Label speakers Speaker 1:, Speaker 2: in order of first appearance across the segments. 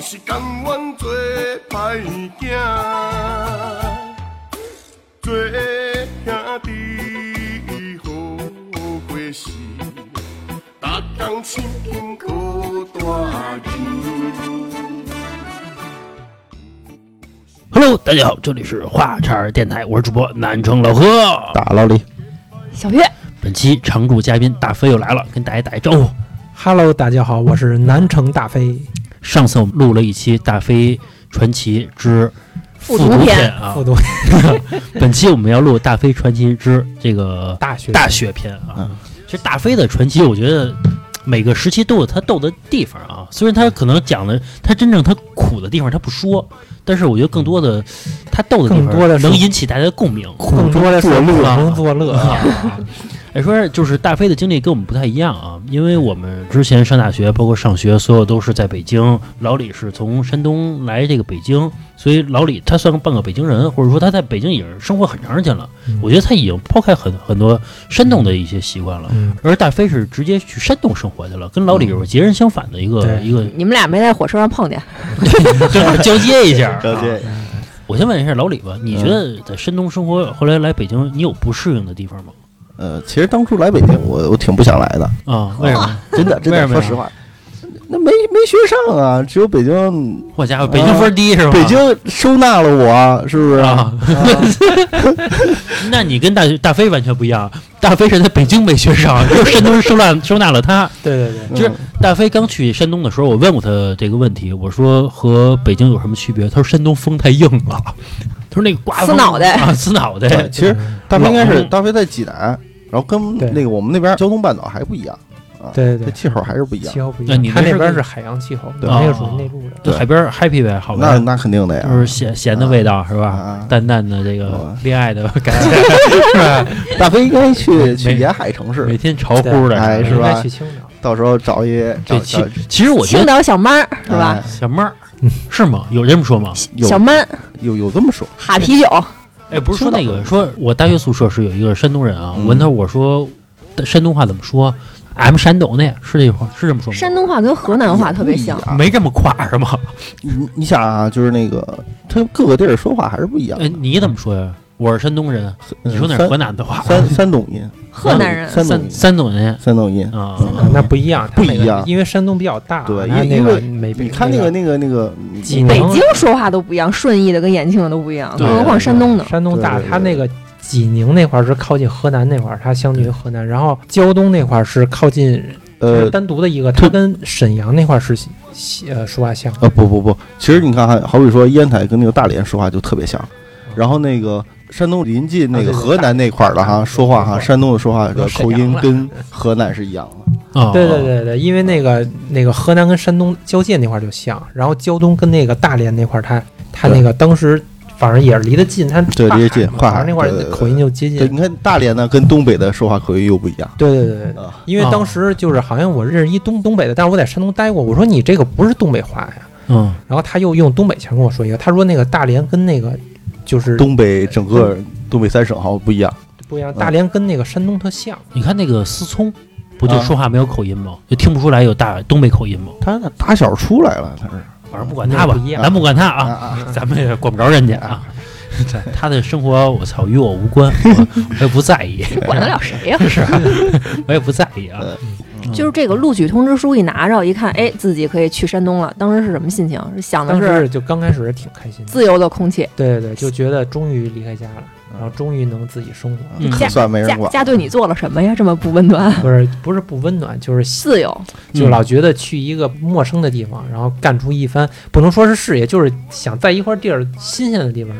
Speaker 1: 是甘愿做歹囝，做兄弟好过是，逐工亲近苦大人。
Speaker 2: Hello，大家好，这里是华叉儿电台，我是主播南城老何。
Speaker 3: 打老李。
Speaker 4: 小月，
Speaker 2: 本期常驻嘉宾大飞又来了，跟大家打一招呼。
Speaker 5: Hello，大家好，我是南城大飞。
Speaker 2: 上次我们录了一期《大飞传奇之复
Speaker 4: 复读篇
Speaker 2: 篇》啊
Speaker 5: 复，读
Speaker 2: 本期我们要录《大飞传奇之这个
Speaker 5: 大学，
Speaker 2: 大学篇》啊
Speaker 3: 嗯。
Speaker 2: 其实大飞的传奇，我觉得每个时期都有他逗的地方啊。虽然他可能讲的他真正他苦的地方他不说，但是我觉得更多的他逗的地
Speaker 5: 更多的
Speaker 2: 方
Speaker 5: 是
Speaker 2: 能引起大家的共鸣。
Speaker 5: 更多的是
Speaker 3: 作乐
Speaker 5: 苦
Speaker 2: 啊
Speaker 5: 中作乐。
Speaker 2: 啊，哎，说是就是大飞的经历跟我们不太一样啊，因为我们之前上大学，包括上学，所有都是在北京。老李是从山东来这个北京，所以老李他算个半个北京人，或者说他在北京已经生活很长时间了。
Speaker 5: 嗯
Speaker 2: 我觉得他已经抛开很很多山东的一些习惯了。
Speaker 5: 嗯，
Speaker 2: 而大飞是直接去山东生活去了，跟老李有截然相反的一个、
Speaker 5: 对
Speaker 2: 一个，
Speaker 4: 你们俩没在火车上碰见？
Speaker 2: 正好交接一下。 啊
Speaker 3: 交接。
Speaker 2: 我先问一下老李吧，你觉得
Speaker 5: 嗯
Speaker 2: 在山东生活，后来来北京，你有不适应的地方吗？
Speaker 3: 呃，其实当初来北京，我我挺不想来 的，
Speaker 2: 啊，为什么？
Speaker 3: 真的，真
Speaker 2: 为什
Speaker 3: 的，
Speaker 2: 么呀
Speaker 3: 说实话，那没没学上啊，只有北京，
Speaker 2: 我家伙，北京分低是吧？
Speaker 3: 啊北京收纳了我，是不是？
Speaker 2: 啊， 那你跟大大飞完全不一样。大飞是在北京没学上，就是山东人收 纳收纳了他。
Speaker 5: 对对对，
Speaker 3: 嗯
Speaker 2: 就是大飞刚去山东的时候，我问过他这个问题，我说和北京有什么区别？他说山东风太硬了，他说那个刮风
Speaker 4: 撕脑袋
Speaker 2: 啊，撕脑
Speaker 3: 对，
Speaker 2: 袋。
Speaker 3: 其实大飞应该
Speaker 2: 老
Speaker 3: 是
Speaker 2: 公
Speaker 3: 大飞在济南，然后跟
Speaker 5: 对
Speaker 3: 那个我们那边交通半岛还不一样，
Speaker 5: 对
Speaker 3: 这
Speaker 5: 对
Speaker 3: 气候还是不一
Speaker 5: 对，
Speaker 3: 样啊
Speaker 5: 气。候不一
Speaker 2: 那你
Speaker 5: 样，
Speaker 2: 那
Speaker 5: 他
Speaker 2: 是
Speaker 5: 那边
Speaker 2: 个
Speaker 5: 是海洋气候，
Speaker 3: 对
Speaker 5: 我们那个属于内陆的。
Speaker 2: 就海边儿 happy 呗，好
Speaker 3: 那
Speaker 2: 呗，
Speaker 3: 那肯定的呀，
Speaker 2: 就是咸咸的味道是
Speaker 3: 啊
Speaker 2: 吧？
Speaker 3: 啊，
Speaker 2: 淡淡的这个
Speaker 3: 哦
Speaker 2: 恋爱的感 觉，
Speaker 3: 大飞应该去去
Speaker 2: 没
Speaker 3: 沿海城市，
Speaker 2: 每天潮乎的，
Speaker 3: 哎是吧
Speaker 5: 应该去青岛，
Speaker 3: 到时候找一找
Speaker 2: 对，
Speaker 3: 找
Speaker 2: 其其实我觉
Speaker 4: 青
Speaker 2: 得
Speaker 4: 岛小猫是吧？
Speaker 3: 哎
Speaker 2: 小妹 儿是吗？有这么说吗？
Speaker 3: 有
Speaker 4: 小闷
Speaker 3: 有有这么说，
Speaker 4: 哈啤酒，
Speaker 2: 哎，不是说
Speaker 3: 青岛
Speaker 2: 那个，说我大学宿舍是有一个山东人啊，
Speaker 3: 嗯
Speaker 2: 我问他我说山东话怎么说？M 山东那是这话是这么说吗？
Speaker 4: 山东话跟河南话特别像
Speaker 3: 不一。样
Speaker 2: 没这么夸是吗？
Speaker 3: 你你想啊，就是那个他各个地儿说话还是不一样。
Speaker 2: 哎，你怎么说呀？我是山东人，你说哪是
Speaker 3: 三
Speaker 2: 河南的话？
Speaker 3: 三三种音，
Speaker 4: 河南人
Speaker 3: 三种
Speaker 2: 山
Speaker 3: 音，
Speaker 2: 山东人
Speaker 3: 三种音。
Speaker 2: 啊，
Speaker 5: 啊那不一样，他
Speaker 3: 嗯不
Speaker 5: 那个
Speaker 3: 一样
Speaker 5: 因为山东比较大，
Speaker 3: 对
Speaker 5: 他
Speaker 3: 因
Speaker 5: 那
Speaker 3: 因
Speaker 5: 个
Speaker 3: 为
Speaker 5: 没
Speaker 3: 你看那个那个那个，
Speaker 5: 济
Speaker 4: 北
Speaker 5: 宁，
Speaker 4: 京说话都不一样，顺义的跟延庆的都不一样，
Speaker 2: 对
Speaker 4: 更何况山东呢？
Speaker 5: 山东大，
Speaker 3: 对对对
Speaker 5: 它那个济宁那块儿是靠近河南那块儿，它相对于河南，然后胶东那块儿是靠近
Speaker 3: 呃
Speaker 5: 是单独的一个，它跟沈阳那块儿是西呃说话像，
Speaker 3: 呃不不不，其实你看哈，好比说烟台跟那个大连说话就特别像，然后那个山东临近那个河南那块儿的哈，说话哈，山东的说话的口音跟河南是一样的。
Speaker 2: 啊，
Speaker 5: 对对对对，因为那个那个河南跟山东交界那块儿就像，然后胶东跟那个大连那块儿，它它
Speaker 3: 对
Speaker 5: 那个当时反正也是离得近，它
Speaker 3: 对离得近
Speaker 5: 跨
Speaker 3: 跨
Speaker 5: 海嘛反正那块
Speaker 3: 对对
Speaker 5: 儿
Speaker 3: 对
Speaker 5: 口音就接近
Speaker 3: 对，。你看大连呢跟东北的说话口音又不一样
Speaker 5: 对对对对对，
Speaker 3: 啊。
Speaker 5: 因为
Speaker 2: 啊
Speaker 5: 当时就是好像我认识一东东北的，但是我在山东待过，我说你这个不是东北话呀，
Speaker 2: 嗯，
Speaker 5: 然后他又用东北腔跟我说一个，他说那个大连跟那个就是
Speaker 3: 东北整个东北三省好像不一样，
Speaker 5: 不一样，
Speaker 3: 嗯
Speaker 5: 大连跟那个山东特像，
Speaker 2: 你看那个思聪，不就
Speaker 3: 啊
Speaker 2: 说话没有口音吗？就听不出来有大东北口音吗？
Speaker 3: 他打小出来了，他是
Speaker 2: 反正不管他吧
Speaker 5: 那不一，样
Speaker 2: 咱不管他啊，
Speaker 3: 啊
Speaker 2: 咱们也管不着人家啊。他的生活，我操，与我无关，我我也不在 意。
Speaker 4: 管得了谁呀？
Speaker 2: 是、我也不在意啊。
Speaker 4: 就是这个录取通知书一拿着，一看，哎，自己可以去山东了。当时是什么心情？是想的
Speaker 5: 当
Speaker 4: 是
Speaker 5: 时就刚开始挺开心的，
Speaker 4: 自由的空气，
Speaker 5: 对对对，就觉得终于离开家了，然后终于能自己生活，
Speaker 3: 啊，可算没
Speaker 4: 家
Speaker 3: 人管。
Speaker 4: 家对你做了什么呀？这么不温暖，
Speaker 5: 不是不是不温暖，就是喜
Speaker 4: 自由。
Speaker 5: 就
Speaker 2: 嗯
Speaker 5: 老觉得去一个陌生的地方，然后干出一番不能说是事业，就是想在一块地儿新鲜的地方，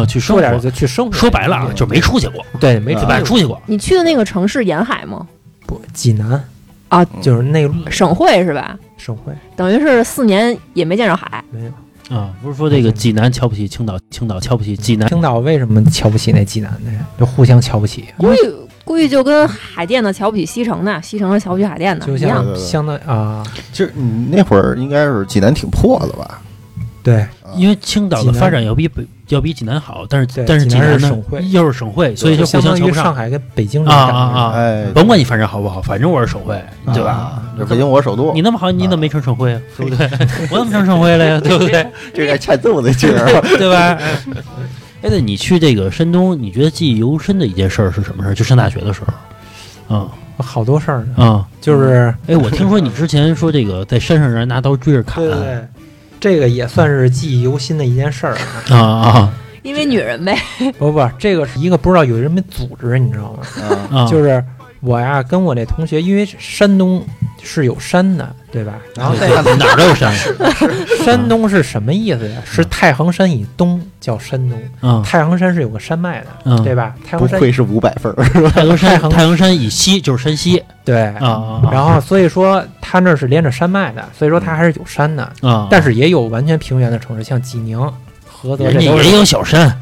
Speaker 2: 啊、去生
Speaker 5: 说点儿
Speaker 2: 活。
Speaker 5: 就去生活。
Speaker 2: 说白了啊，就没出去过，
Speaker 5: 对，没
Speaker 3: 啊
Speaker 5: 出
Speaker 2: 对吧？
Speaker 5: 去
Speaker 2: 出去过，
Speaker 4: 你去的那个城市沿海吗？
Speaker 5: 不济南
Speaker 4: 啊
Speaker 5: 就是内陆
Speaker 4: 省会是吧？
Speaker 5: 省会
Speaker 4: 等于是四年也没见着海。
Speaker 5: 没有。
Speaker 2: 啊，不是说
Speaker 5: 哎
Speaker 2: 这个济南瞧不起青岛，青岛瞧不起济南，
Speaker 5: 青岛为什么瞧不起那济南的人？就互相瞧不起，
Speaker 4: 估计估计就跟海淀的瞧不起西城的，西城的瞧不起海淀的
Speaker 5: 就
Speaker 4: 一样。
Speaker 5: 像相当啊，
Speaker 3: 其实你那会儿应该是济南挺破的吧？
Speaker 5: 对
Speaker 2: 因为青岛的发展要比北要比济南好，但是
Speaker 5: 对
Speaker 2: 但是
Speaker 5: 济
Speaker 2: 济
Speaker 5: 南
Speaker 2: 南
Speaker 5: 是
Speaker 2: 呢
Speaker 5: 省会
Speaker 2: 又是省会，所以就互
Speaker 5: 相
Speaker 2: 相
Speaker 5: 当
Speaker 2: 瞧
Speaker 5: 于
Speaker 2: 不上
Speaker 5: 上。海跟北京这
Speaker 2: 啊
Speaker 5: 种
Speaker 2: 啊
Speaker 5: 感觉。
Speaker 2: 啊！
Speaker 3: 哎，
Speaker 2: 甭管你反正好不好，反正我是省会，对吧？
Speaker 3: 啊？北京我是首都
Speaker 2: 你，那么好，你怎么没成省会啊？对不对？我怎么成省会了 呀？对不对？
Speaker 3: 这个欠揍的劲儿。
Speaker 5: 啊
Speaker 2: 对吧？哎，那你去这个山东，你觉得记忆犹深的一件事儿是什么事儿？就上大学的时候，啊、
Speaker 5: 好多事儿呢，
Speaker 2: 啊、
Speaker 5: 就是
Speaker 2: 哎，我听说你之前说这个在山上让人拿刀追着砍
Speaker 5: 对对对，这个也算是记忆犹新的一件事儿啊。
Speaker 2: 啊啊
Speaker 4: 因为女人呗，
Speaker 5: 不不，这个是一个不知道有人没组织，你知道吗？
Speaker 3: 啊
Speaker 2: 啊！
Speaker 5: 就是是我呀，跟我那同学，因为山东是有山的，对吧？
Speaker 2: 啊
Speaker 5: 然后在
Speaker 2: 哪儿都有山
Speaker 5: 山东是什么意思呀？是太行山以东叫山东，
Speaker 2: 啊，
Speaker 5: 太行山是有个山脉的，
Speaker 2: 嗯
Speaker 5: 对吧？太
Speaker 3: 不
Speaker 5: 行山
Speaker 3: 愧是五百分儿，
Speaker 2: 太行
Speaker 5: 太
Speaker 2: 山
Speaker 5: 行
Speaker 2: 太行山以西就是山西
Speaker 5: 对
Speaker 2: 啊啊，啊
Speaker 5: 然后所以说它那儿是连着山脉的，所以说它还是有山的，
Speaker 2: 啊，
Speaker 5: 但是也有完全平原的城市，像济宁、菏泽
Speaker 2: 人
Speaker 5: 这
Speaker 2: 家
Speaker 5: 都
Speaker 2: 也
Speaker 5: 是
Speaker 2: 有小山，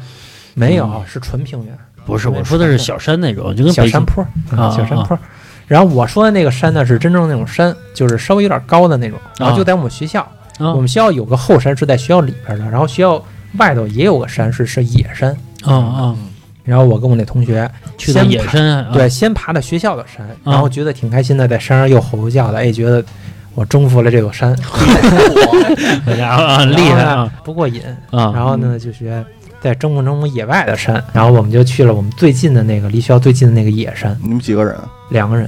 Speaker 5: 没有，是纯平原。
Speaker 2: 不是我说的是小山那种，就跟
Speaker 5: 小
Speaker 2: 北京
Speaker 5: 山坡儿，
Speaker 2: 啊
Speaker 5: 嗯小山
Speaker 2: 啊
Speaker 5: 坡儿。然后我说的那个山呢，是真正那种山，就是稍微有点高的那种。然后
Speaker 2: 啊
Speaker 5: 就在我们学校，
Speaker 2: 啊
Speaker 5: 我们学校有个后山是在学校里边儿的，然后学校外头也有个山是是野山。
Speaker 2: 啊啊，
Speaker 5: 然后我跟我那同学
Speaker 2: 去的
Speaker 5: 先
Speaker 2: 野
Speaker 5: 爬
Speaker 2: 山啊
Speaker 5: 对，先爬的学校的山，然后觉得挺开心的，在山上又吼又叫的，哎，觉得我征服了这座山，
Speaker 2: 好家伙啊，厉害
Speaker 5: 然后
Speaker 2: 啊
Speaker 5: 呢，不过瘾。
Speaker 2: 啊
Speaker 5: 然后呢，就学再征服征服野外的山，然后我们就去了我们最近的那个离学校最近的那个野山。
Speaker 3: 你们几个人啊
Speaker 5: 两个人，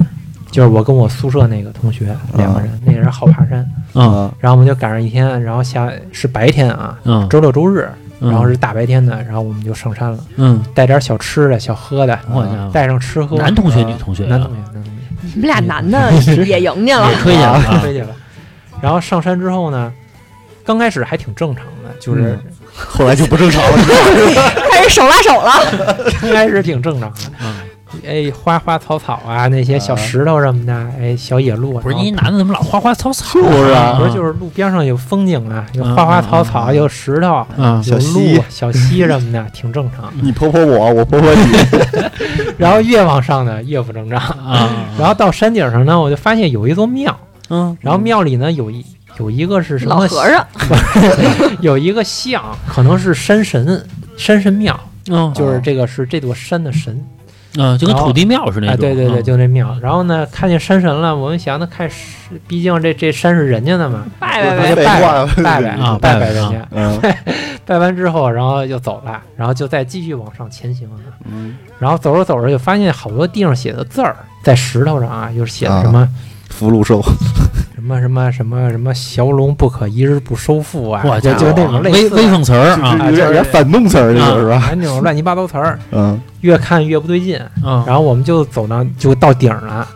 Speaker 5: 就是我跟我宿舍那个同学两个人，那个人好爬山，
Speaker 2: 啊
Speaker 3: 啊？
Speaker 5: 然后我们就赶上一天，然后下是白天啊，
Speaker 2: 啊，
Speaker 5: 周六周日，
Speaker 2: 嗯
Speaker 5: 然后是大白天的，然后我们就上山了，
Speaker 2: 嗯，
Speaker 5: 带点小吃的小喝的，
Speaker 2: 我家伙
Speaker 5: 带上吃喝，
Speaker 2: 啊男同学女同学啊
Speaker 5: 男同学，男同学，
Speaker 4: 你们俩男 的也赢去了
Speaker 2: 也吹去了啊
Speaker 5: 推去了，然后上山之后呢，刚开始还挺正常的，就是
Speaker 2: 嗯
Speaker 3: 后来就不正常了。
Speaker 4: 开始手拉手 了。
Speaker 5: 刚开始挺正 常的。
Speaker 2: 啊，
Speaker 5: 哎，花花草草啊，那些小石头什么的，哎，小野路，
Speaker 2: 不是
Speaker 5: 然后
Speaker 2: 你男的怎么老花花草草？
Speaker 3: 就是啊
Speaker 5: 不是就是路边上有风景啊，有
Speaker 2: 嗯
Speaker 5: 花花草
Speaker 3: 嗯
Speaker 5: 草，
Speaker 3: 嗯
Speaker 5: 有石头，
Speaker 2: 啊
Speaker 5: 有
Speaker 3: 小
Speaker 5: 路
Speaker 3: 溪、
Speaker 5: 小溪什么的，挺正常。
Speaker 3: 你婆婆我，我婆婆你，
Speaker 5: 然后越往上呢，越不正常。
Speaker 2: 啊，
Speaker 5: 然后到山顶上呢，我就发现有一座庙，
Speaker 2: 嗯
Speaker 5: 然后庙里呢有一有一个是什么
Speaker 4: 老和尚，
Speaker 5: 有一个像，可能是山神，山神庙，
Speaker 2: 嗯，
Speaker 5: 就是这个是这座山的神
Speaker 2: 啊，就跟土地庙似的那
Speaker 5: 啊，
Speaker 2: 种。
Speaker 5: 对对对，
Speaker 2: 嗯
Speaker 5: 就那庙。然后呢，看见山神了，我们想，那看是，毕竟这这山是人家的嘛，
Speaker 4: 拜拜
Speaker 5: 那
Speaker 4: 拜
Speaker 5: 就
Speaker 3: 废
Speaker 5: 拜
Speaker 3: 话
Speaker 5: 拜拜拜
Speaker 2: 啊
Speaker 5: 拜
Speaker 2: 拜
Speaker 5: 拜
Speaker 2: 拜
Speaker 5: 人
Speaker 2: 啊
Speaker 5: 家。
Speaker 3: 嗯
Speaker 5: 拜完之后，然后就走了，然后就再继续往上前行啊。
Speaker 3: 嗯，
Speaker 5: 然后走着走着就发现好多地上写的字儿，在石头上啊，又是写的什么、
Speaker 3: 福禄寿，
Speaker 5: 什么什么什么什么“降龙不可一日不收复”啊，
Speaker 2: 哇，
Speaker 5: 就就那种类
Speaker 2: 微
Speaker 5: 似
Speaker 2: 微
Speaker 5: 的
Speaker 2: 讽词儿啊，
Speaker 5: 哎
Speaker 3: 有
Speaker 5: 就
Speaker 3: 点
Speaker 5: 是
Speaker 3: 有点反动词儿，这就是吧？
Speaker 5: 啊那种乱七八糟词儿，
Speaker 3: 嗯，
Speaker 5: 越看越不对劲。
Speaker 2: 啊
Speaker 5: 然后我们就走到就到顶儿了，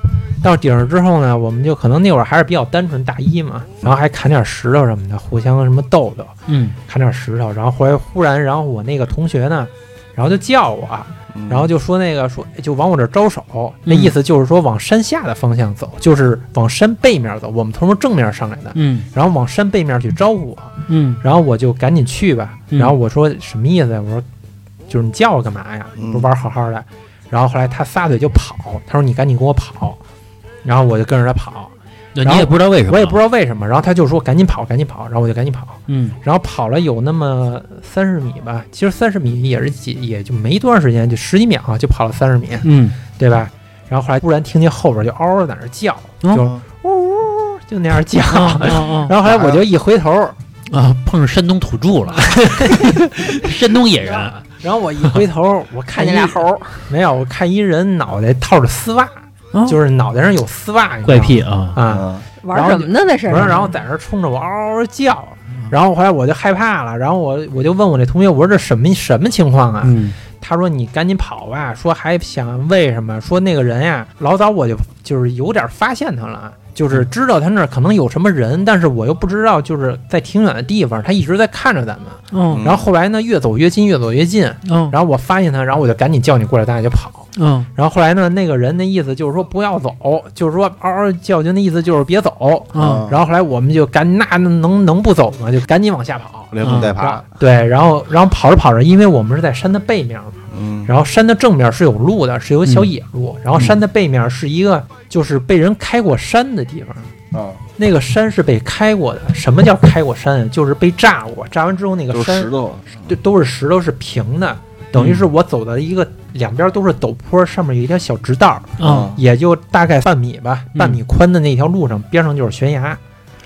Speaker 5: 到顶儿之后呢，我们就可能那会儿还是比较单纯大一嘛，然后还砍点石头什么的，互相什么逗逗，
Speaker 2: 嗯
Speaker 5: 砍点石头。然后后来忽然，然后我那个同学呢，然后就叫我，
Speaker 2: 嗯
Speaker 5: 嗯然后就说那个说就往我这儿招手，那意思就是说往山下的方向走，就是往山背面走。我们从正面上来的，
Speaker 2: 嗯
Speaker 5: 然后往山背面去招呼我，
Speaker 2: 嗯
Speaker 5: 然后我就赶紧去吧。
Speaker 2: 嗯
Speaker 5: 然后我说什么意思呀？我说就是你叫我干嘛呀？
Speaker 3: 嗯
Speaker 5: 不玩好好的。然后后来他撒腿就跑，他说你赶紧跟我跑，然后我就跟着他跑，
Speaker 2: 对，
Speaker 5: 然
Speaker 2: 嗯
Speaker 5: 后
Speaker 2: 你也不知道为什么，
Speaker 5: 我也不知道为什么。然后他就说赶紧跑，赶紧跑，然后我就赶紧跑。
Speaker 2: 嗯
Speaker 5: 然后跑了有那么三十米吧，其实三十米也是几，也就没多长时间，就十几秒啊就跑了三十米，
Speaker 2: 嗯
Speaker 5: 对吧？然后后来突然听见后边就嗷嗷在那儿叫，
Speaker 2: 嗯
Speaker 5: 就呜呜呜就那样叫。
Speaker 2: 啊啊
Speaker 5: 然后后来我就一回头，
Speaker 2: 啊 啊，碰上山东土著了，山东野人啊
Speaker 5: 然后我一 回头，我
Speaker 4: 看
Speaker 5: 看
Speaker 4: 见
Speaker 5: 一
Speaker 4: 俩猴儿，
Speaker 5: 没有，我看一人脑袋套着丝袜，
Speaker 4: 哦
Speaker 5: 就是脑袋上有丝袜，你知道
Speaker 2: 怪
Speaker 5: 吗
Speaker 2: 癖啊
Speaker 5: 啊！
Speaker 3: 嗯
Speaker 4: 玩什么呢？在身
Speaker 5: 我说，
Speaker 4: 上，
Speaker 5: 然后在那儿冲着我嗷嗷叫，
Speaker 2: 嗯
Speaker 5: 然后后来我就害怕了，然后我我就问我那同学，我说这什么什么情况啊？
Speaker 2: 嗯
Speaker 5: 他说你赶紧跑吧，说还想为什么？说那个人呀，老早我就就是有点发现他了，
Speaker 2: 嗯
Speaker 5: 就是知道他那儿可能有什么人，但是我又不知道，就是在挺远的地方，他一直在看着咱们。
Speaker 2: 嗯
Speaker 3: 嗯
Speaker 5: 然后后来呢，越走越近，越走越近，
Speaker 2: 嗯
Speaker 5: 然后我发现他，然后我就赶紧叫你过来，咱俩就跑。
Speaker 2: 嗯
Speaker 5: 然后后来呢，那个人的意思就是说不要走，就是说嗷嗷叫，就那意思就是别走。
Speaker 2: 嗯
Speaker 5: 然后后来我们就赶那能能不走吗？就赶紧往下跑。
Speaker 3: 连滚带
Speaker 5: 然
Speaker 3: 爬
Speaker 5: 后，对，然后然后跑着跑着，因为我们是在山的背面嘛。
Speaker 3: 嗯，
Speaker 5: 然后山的正面是有路的，是有小野路，然后山的背面是一个就是被人开过山的地方，
Speaker 3: 啊，
Speaker 5: 那个山是被开过的。什么叫开过山啊？就是被炸过，炸完之后那
Speaker 3: 都
Speaker 5: 个
Speaker 3: 是
Speaker 5: 山
Speaker 3: 石头，
Speaker 5: 对，都是石头，是平的，等于是
Speaker 3: 嗯
Speaker 5: 我走的一个两边都是陡坡，上面有一条小直道儿，
Speaker 2: 啊，
Speaker 5: 也就大概半米吧，
Speaker 2: 嗯
Speaker 5: 半米宽的那条路上，边上就是悬崖。嗯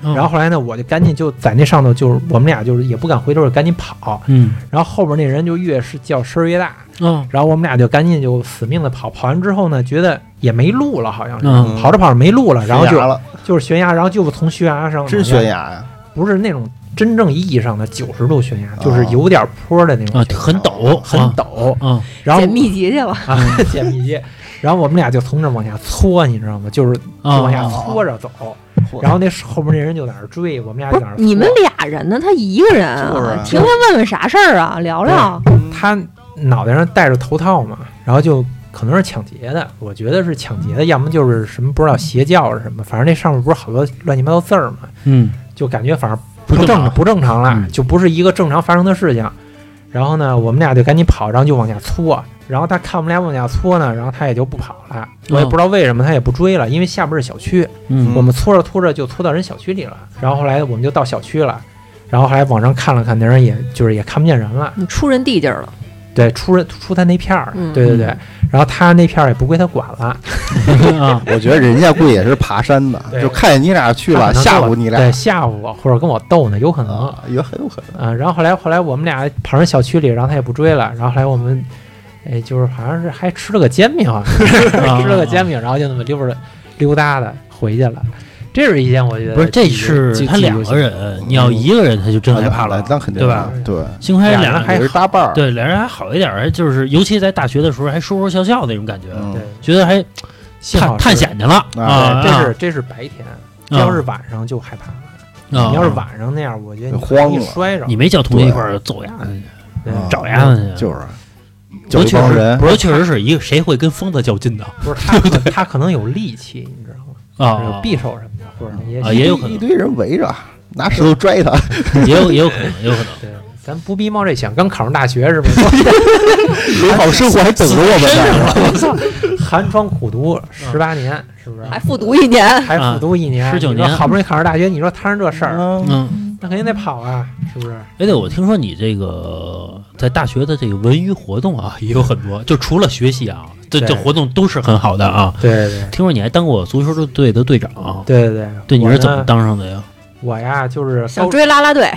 Speaker 3: 嗯
Speaker 5: 然后后来呢，我就赶紧就在那上头，就是我们俩就是也不敢回头，就赶紧跑。
Speaker 2: 嗯
Speaker 5: 然后后边那人就越是叫声儿越大，
Speaker 2: 啊
Speaker 5: 然后我们俩就赶紧就死命的跑。跑完之后呢，觉得也没路了，好像是。
Speaker 2: 嗯
Speaker 5: 跑着跑着没路了，然后
Speaker 3: 悬
Speaker 5: 就嗯
Speaker 3: 崖了，
Speaker 5: 就是悬崖，然后就从悬崖上
Speaker 3: 真悬，崖呀！
Speaker 5: 不是那种真正意义上的九十度悬崖，
Speaker 3: 哦
Speaker 5: 就是有点坡的那种
Speaker 2: 啊，
Speaker 5: 悬崖，
Speaker 2: 很陡，
Speaker 5: 很陡。
Speaker 2: 啊
Speaker 5: 然后
Speaker 4: 解 密集去了，
Speaker 5: 啊，解密机，然后我们俩就从这儿往下搓，你知道吗？就是
Speaker 2: 啊
Speaker 5: 就往下
Speaker 2: 啊
Speaker 5: 搓着走，
Speaker 3: 嚯
Speaker 5: 然后那后边那人就在那儿追，我们俩
Speaker 4: 不
Speaker 5: 就是在那儿搓
Speaker 4: 你们俩人呢？他一个人
Speaker 3: 就是
Speaker 4: 啊
Speaker 3: 啊，
Speaker 4: 停下问问啥事儿啊？聊聊，
Speaker 5: 他脑袋上戴着头套嘛，然后就可能是抢劫的，我觉得是抢劫的，要么就是什么不知道邪教是什么，反正那上面不是好多乱七八糟字儿嘛，
Speaker 2: 嗯
Speaker 5: 就感觉反正
Speaker 2: 不
Speaker 5: 正
Speaker 2: 正常
Speaker 5: 不正常了，
Speaker 2: 嗯
Speaker 5: 就不是一个正常发生的事情。然后呢，我们俩就赶紧跑，然后就往下搓。然后他看我们俩往下搓呢，然后他也就不跑了。我也不知道为什么，他也不追了，因为下边是小区，
Speaker 2: 嗯
Speaker 5: 我们搓着搓着就搓到人小区里了。然后后来我们就到小区了，然后后来往上看了看，那人也就是也看不见人了，
Speaker 4: 你出人地界儿了，
Speaker 5: 对，出人出他那片儿，
Speaker 4: 嗯
Speaker 5: 对对对。然后他那片儿也不归他管了，
Speaker 2: 啊
Speaker 3: 我觉得人家估计也是爬山的，
Speaker 5: 对
Speaker 3: 就看见你俩去
Speaker 5: 他
Speaker 3: 了，
Speaker 5: 可能
Speaker 3: 吓
Speaker 5: 跟我
Speaker 3: 唬你俩
Speaker 5: 对，吓唬我或者跟我斗呢，有可能。
Speaker 3: 啊，也很有可能。
Speaker 5: 啊，然后后来后来我们俩跑上小区里，然后他也不追了，然后后来我们，哎，就是好像是还吃了个煎 饼，啊
Speaker 2: 啊
Speaker 5: 吃了个煎饼，然后就那么溜达溜达的回去了。这是一件我觉得
Speaker 2: 不是，这
Speaker 5: 记忆
Speaker 2: 是
Speaker 5: 记
Speaker 2: 他
Speaker 5: 记忆
Speaker 2: 两
Speaker 5: 犹
Speaker 2: 个人，你要一个人他就真害怕了，
Speaker 3: 那肯定
Speaker 2: 对
Speaker 3: 的
Speaker 2: 吧？
Speaker 3: 对，
Speaker 2: 幸亏
Speaker 5: 俩
Speaker 2: 俩
Speaker 5: 人还
Speaker 3: 也是搭伴儿，
Speaker 2: 对俩人还好一点，还就是尤其在大学的时候还说说笑笑那种感觉，
Speaker 3: 嗯
Speaker 5: 新。对，
Speaker 2: 觉得还
Speaker 5: 幸好
Speaker 2: 探
Speaker 5: 是
Speaker 2: 探，险去了
Speaker 3: 啊
Speaker 2: 啊，
Speaker 5: 对，这是这是白天，
Speaker 2: 啊
Speaker 5: 要是晚上就害怕了。
Speaker 2: 啊
Speaker 5: 你要是晚上那样，我觉得你
Speaker 3: 慌了
Speaker 5: 容易摔着。
Speaker 2: 你没叫同学一块儿揍丫的
Speaker 5: 对
Speaker 3: 啊
Speaker 2: 找丫的去。
Speaker 3: 就是
Speaker 2: 不
Speaker 3: 叫
Speaker 2: 过
Speaker 3: 一
Speaker 2: 确
Speaker 3: 帮
Speaker 2: 实，
Speaker 3: 人
Speaker 2: 不过确实是一个谁会跟疯子较劲的
Speaker 5: 不是他可能， 他可能有力气，你知道吗？就是有
Speaker 2: 啊？
Speaker 5: 匕首什么的，或者也
Speaker 2: 啊
Speaker 5: 许
Speaker 2: 也有可能
Speaker 3: 一堆人围着，拿石头拽他。
Speaker 2: 也有也有可能，也有可能。
Speaker 5: 对，咱不逼冒这险，刚考上大学是吧？
Speaker 3: 美好生活还等着我们呢。
Speaker 5: 寒窗苦读十八年，是不是？
Speaker 4: 还复读一年，
Speaker 5: 还复读一年，
Speaker 2: 啊19
Speaker 5: 你说
Speaker 2: 年
Speaker 5: 好不容易考上大学，你说摊上这事儿，
Speaker 3: 嗯
Speaker 2: 嗯，
Speaker 5: 那肯定得跑啊，是不是？
Speaker 2: 哎，对，我听说你这个在大学的这个文娱活动啊，也有很多，就除了学习啊，这
Speaker 5: 对
Speaker 2: 这活动都是很好的啊。
Speaker 5: 对对
Speaker 2: 听说你还当过足球队的队长啊，
Speaker 5: 对对
Speaker 2: 对，你
Speaker 5: 我
Speaker 2: 是
Speaker 5: 呢
Speaker 2: 怎么当上的呀？
Speaker 5: 我呀，就是
Speaker 4: 想
Speaker 5: 高
Speaker 4: 追啦啦队，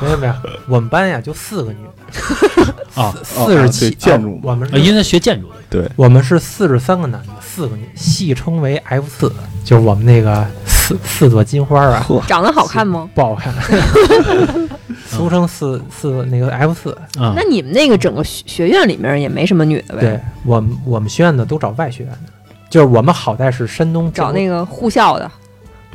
Speaker 5: 没有没有，我们班呀就四个女的，
Speaker 2: 啊
Speaker 5: 四四
Speaker 3: 啊
Speaker 5: 十
Speaker 3: 对
Speaker 5: 七哦
Speaker 3: 建筑嘛
Speaker 5: 我们
Speaker 2: 啊，因为他学建筑的，
Speaker 5: 我们是四十三个男的，四个女，戏称为 F 四，就是我们那个四四朵金花啊，
Speaker 3: 呵，
Speaker 4: 长得好看吗？
Speaker 5: 不好看， 俗称四四那个 F 四。
Speaker 2: 啊
Speaker 4: 那你们那个整个学学院里面也没什么女的呗？
Speaker 5: 对我们我们学院的都找外学院的，就是我们好在是山东
Speaker 4: 找
Speaker 5: 个。
Speaker 4: 那个护校的，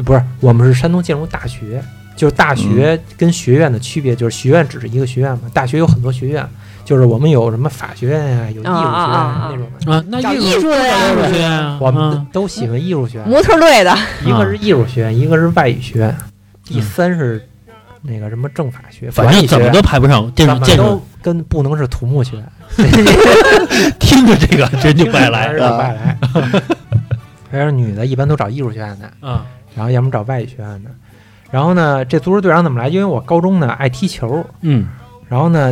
Speaker 5: 不是，我们是山东建筑大学，就是大
Speaker 2: 嗯
Speaker 5: 学跟学院的区别，就是学院只是一个学院嘛，大学有很多学院，就是我们有什么法学院呀、有艺术学院
Speaker 4: 啊啊啊啊
Speaker 5: 那种的。
Speaker 2: 啊，那
Speaker 4: 找
Speaker 2: 艺
Speaker 4: 艺术的呀
Speaker 2: 艺术学院啊，
Speaker 5: 我们
Speaker 2: 啊
Speaker 5: 都喜欢艺术学院，
Speaker 4: 模特队的，
Speaker 5: 一个是艺术学院，一个是外语学院，第
Speaker 2: 嗯
Speaker 5: 三是那个什么政法学、
Speaker 2: 反
Speaker 5: 管
Speaker 2: 正
Speaker 5: 理学
Speaker 2: 怎么
Speaker 5: 院，
Speaker 2: 都排不上建
Speaker 5: 怎
Speaker 2: 筑
Speaker 5: 么
Speaker 2: 建筑
Speaker 5: 都，跟不能是土木学院，
Speaker 2: 听着这个 真就白
Speaker 5: 听
Speaker 2: 来啊
Speaker 5: 着就外来。 还是女的，一般都找艺术学院的，
Speaker 2: 啊
Speaker 5: 然后要么找外语学院的。然后呢，这足球队长怎么来？因为我高中呢爱踢球，
Speaker 2: 嗯
Speaker 5: 然后呢，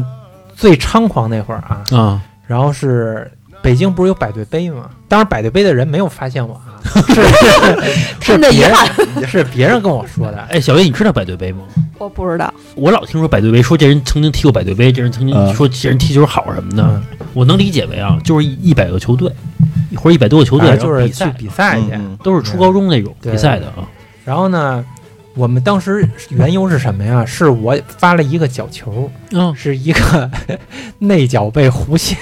Speaker 5: 最猖狂那会儿啊，
Speaker 2: 啊
Speaker 5: 然后是北京不是有百队杯吗？当时百队杯的人没有发现 我啊，是是
Speaker 4: 真的遗
Speaker 5: 别
Speaker 4: 憾，
Speaker 5: 人是别人跟我 说的。
Speaker 2: 哎，小薇，你知道百对杯吗？
Speaker 4: 我不知道。
Speaker 2: 我老听说百对杯，说这人曾经踢过百对杯，这人曾经
Speaker 3: 嗯
Speaker 2: 说这人踢球好什么的
Speaker 5: 嗯，
Speaker 2: 我能理解为啊，就是一百个球队或者一百多个球队，
Speaker 5: 反正
Speaker 2: 然后
Speaker 5: 哎就是
Speaker 2: 比
Speaker 5: 去
Speaker 2: 赛
Speaker 5: 比赛去，
Speaker 3: 嗯
Speaker 2: 都是初高中那种
Speaker 5: 对
Speaker 2: 比赛的啊，
Speaker 5: 然后呢，我们当时缘由是什么呀？是我发了一个角球，
Speaker 2: 嗯
Speaker 5: 是一个 内角被弧线，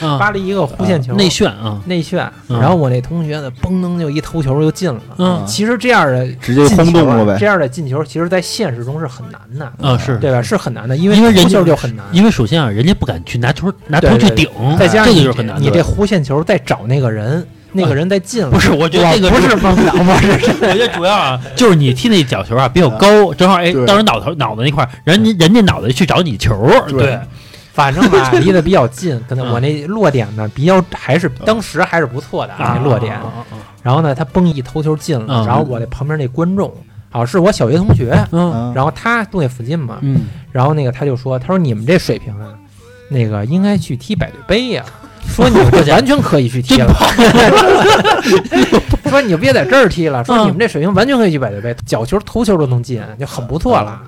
Speaker 2: 啊，
Speaker 5: 发了一个弧线球，
Speaker 2: 内旋啊，
Speaker 5: 内旋。
Speaker 2: 嗯
Speaker 5: 然后我那同学呢，嘣噔就一头球就进了。
Speaker 2: 嗯
Speaker 5: 其啊实这样的
Speaker 3: 直接轰动了
Speaker 5: 进球啊这
Speaker 3: 呗。
Speaker 5: 样的进球，其实在现实中是很难的。
Speaker 2: 啊是，
Speaker 5: 对吧？是很难的，因为
Speaker 2: 因为人
Speaker 5: 弧
Speaker 2: 家
Speaker 5: 球就很难，
Speaker 2: 因为首先啊，人家不敢去拿球拿头
Speaker 5: 对对
Speaker 2: 去
Speaker 5: 对
Speaker 2: 顶，
Speaker 5: 再加上
Speaker 2: 这个
Speaker 5: 你
Speaker 2: 就是很难
Speaker 5: 你
Speaker 2: 的。
Speaker 5: 这弧线球再找那个人，那个人再进了。
Speaker 2: 不是，我觉得这个
Speaker 5: 不是
Speaker 2: 方向，不是，我觉得主要啊，就是你踢那角球
Speaker 5: 嗯
Speaker 2: 啊比较高，正好哎
Speaker 3: 对
Speaker 2: 到人脑头脑袋那块儿，人家人家脑袋去找你球，
Speaker 3: 对
Speaker 2: 对，
Speaker 5: 反正 吧，离得比较近，可
Speaker 2: 啊
Speaker 5: 能我那落点呢比较还是当时还是不错的啊，那落点。然后呢，他嘣一头球进了，
Speaker 2: 啊
Speaker 5: 然后我那旁边那观众，好、是我小学同学，
Speaker 2: 嗯
Speaker 3: 嗯
Speaker 5: 然后他住那附近嘛，
Speaker 2: 嗯，
Speaker 5: 然后那个他就说，他说你们这水平啊，那个应该去踢百对杯 呀、说你们这完全可以去踢了， 说你别在这儿踢了，说
Speaker 2: 嗯
Speaker 5: 你们这水平完全可以去百对杯，角球、头球都能进，就很不错了。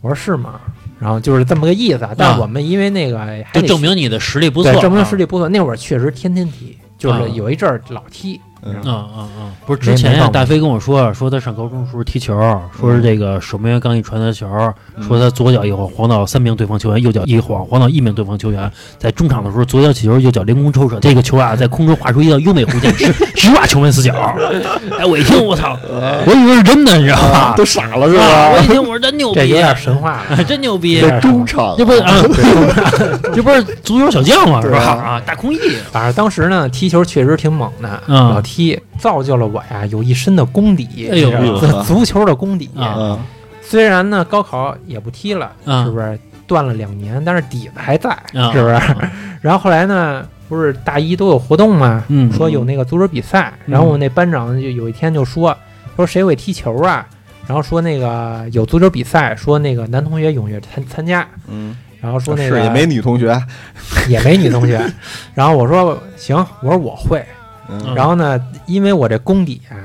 Speaker 5: 我说是吗？然后就是这么个意思啊。但
Speaker 2: 啊
Speaker 5: 是我们因为那个还
Speaker 2: 就
Speaker 5: 得
Speaker 2: 证明你的实力不错
Speaker 5: 对，，证明
Speaker 2: 啊
Speaker 5: 实力不错。那会儿确实天天踢，就是
Speaker 2: 啊
Speaker 5: 有一阵儿老踢。
Speaker 2: 啊
Speaker 3: 嗯
Speaker 2: 啊啊！不是
Speaker 5: 没
Speaker 2: 之
Speaker 5: 没嗯
Speaker 2: 前呀
Speaker 5: 办法
Speaker 2: 大飞跟我说，说他上高中的时候踢球，说是这个守门员刚一传他球，
Speaker 5: 嗯
Speaker 2: 说他左脚一晃晃到三名对方球员，右脚一晃晃到一名对方球员，在中场的时候左脚起球，右脚凌空抽射，这个球啊在空中划出一道优美弧线，直直挂球门死角。哎，我一听我操，
Speaker 5: 嗯
Speaker 2: 我以为是真的，你知道吧？
Speaker 3: 都傻了是
Speaker 2: 啊我
Speaker 3: 吧？
Speaker 2: 一听我说真牛
Speaker 5: 这有
Speaker 2: 逼，
Speaker 5: 点神话了。
Speaker 2: 真牛逼，
Speaker 3: 在中场
Speaker 2: 这不是啊，这不是足球小将吗？是吧？
Speaker 3: 对啊
Speaker 2: 啊，大空翼，
Speaker 5: 反正当时呢，踢球确实挺猛的，
Speaker 2: 嗯
Speaker 5: 老踢，造就了我呀有一身的功底，
Speaker 2: 哎呦
Speaker 5: 你知道吗
Speaker 3: 哎呦
Speaker 5: 足球的功底。
Speaker 2: 啊
Speaker 3: 嗯
Speaker 5: 虽然呢高考也不踢了，
Speaker 2: 嗯
Speaker 5: 是不是断了两年，但是底子还在，
Speaker 2: 嗯
Speaker 5: 是不是？然后后来呢，不是大一都有活动嘛，
Speaker 2: 嗯
Speaker 5: 说有那个足球比赛，
Speaker 2: 嗯
Speaker 5: 然后我那班长就有一天就说说谁会踢球啊？然后说那个有足球比赛，说那个男同学踊跃参参加，
Speaker 3: 嗯，
Speaker 5: 然后说那个
Speaker 3: 是也没女同学，
Speaker 5: 也没女 同学，然后我说行，我说我会，
Speaker 3: 嗯
Speaker 5: 然后呢，因为我这功底啊，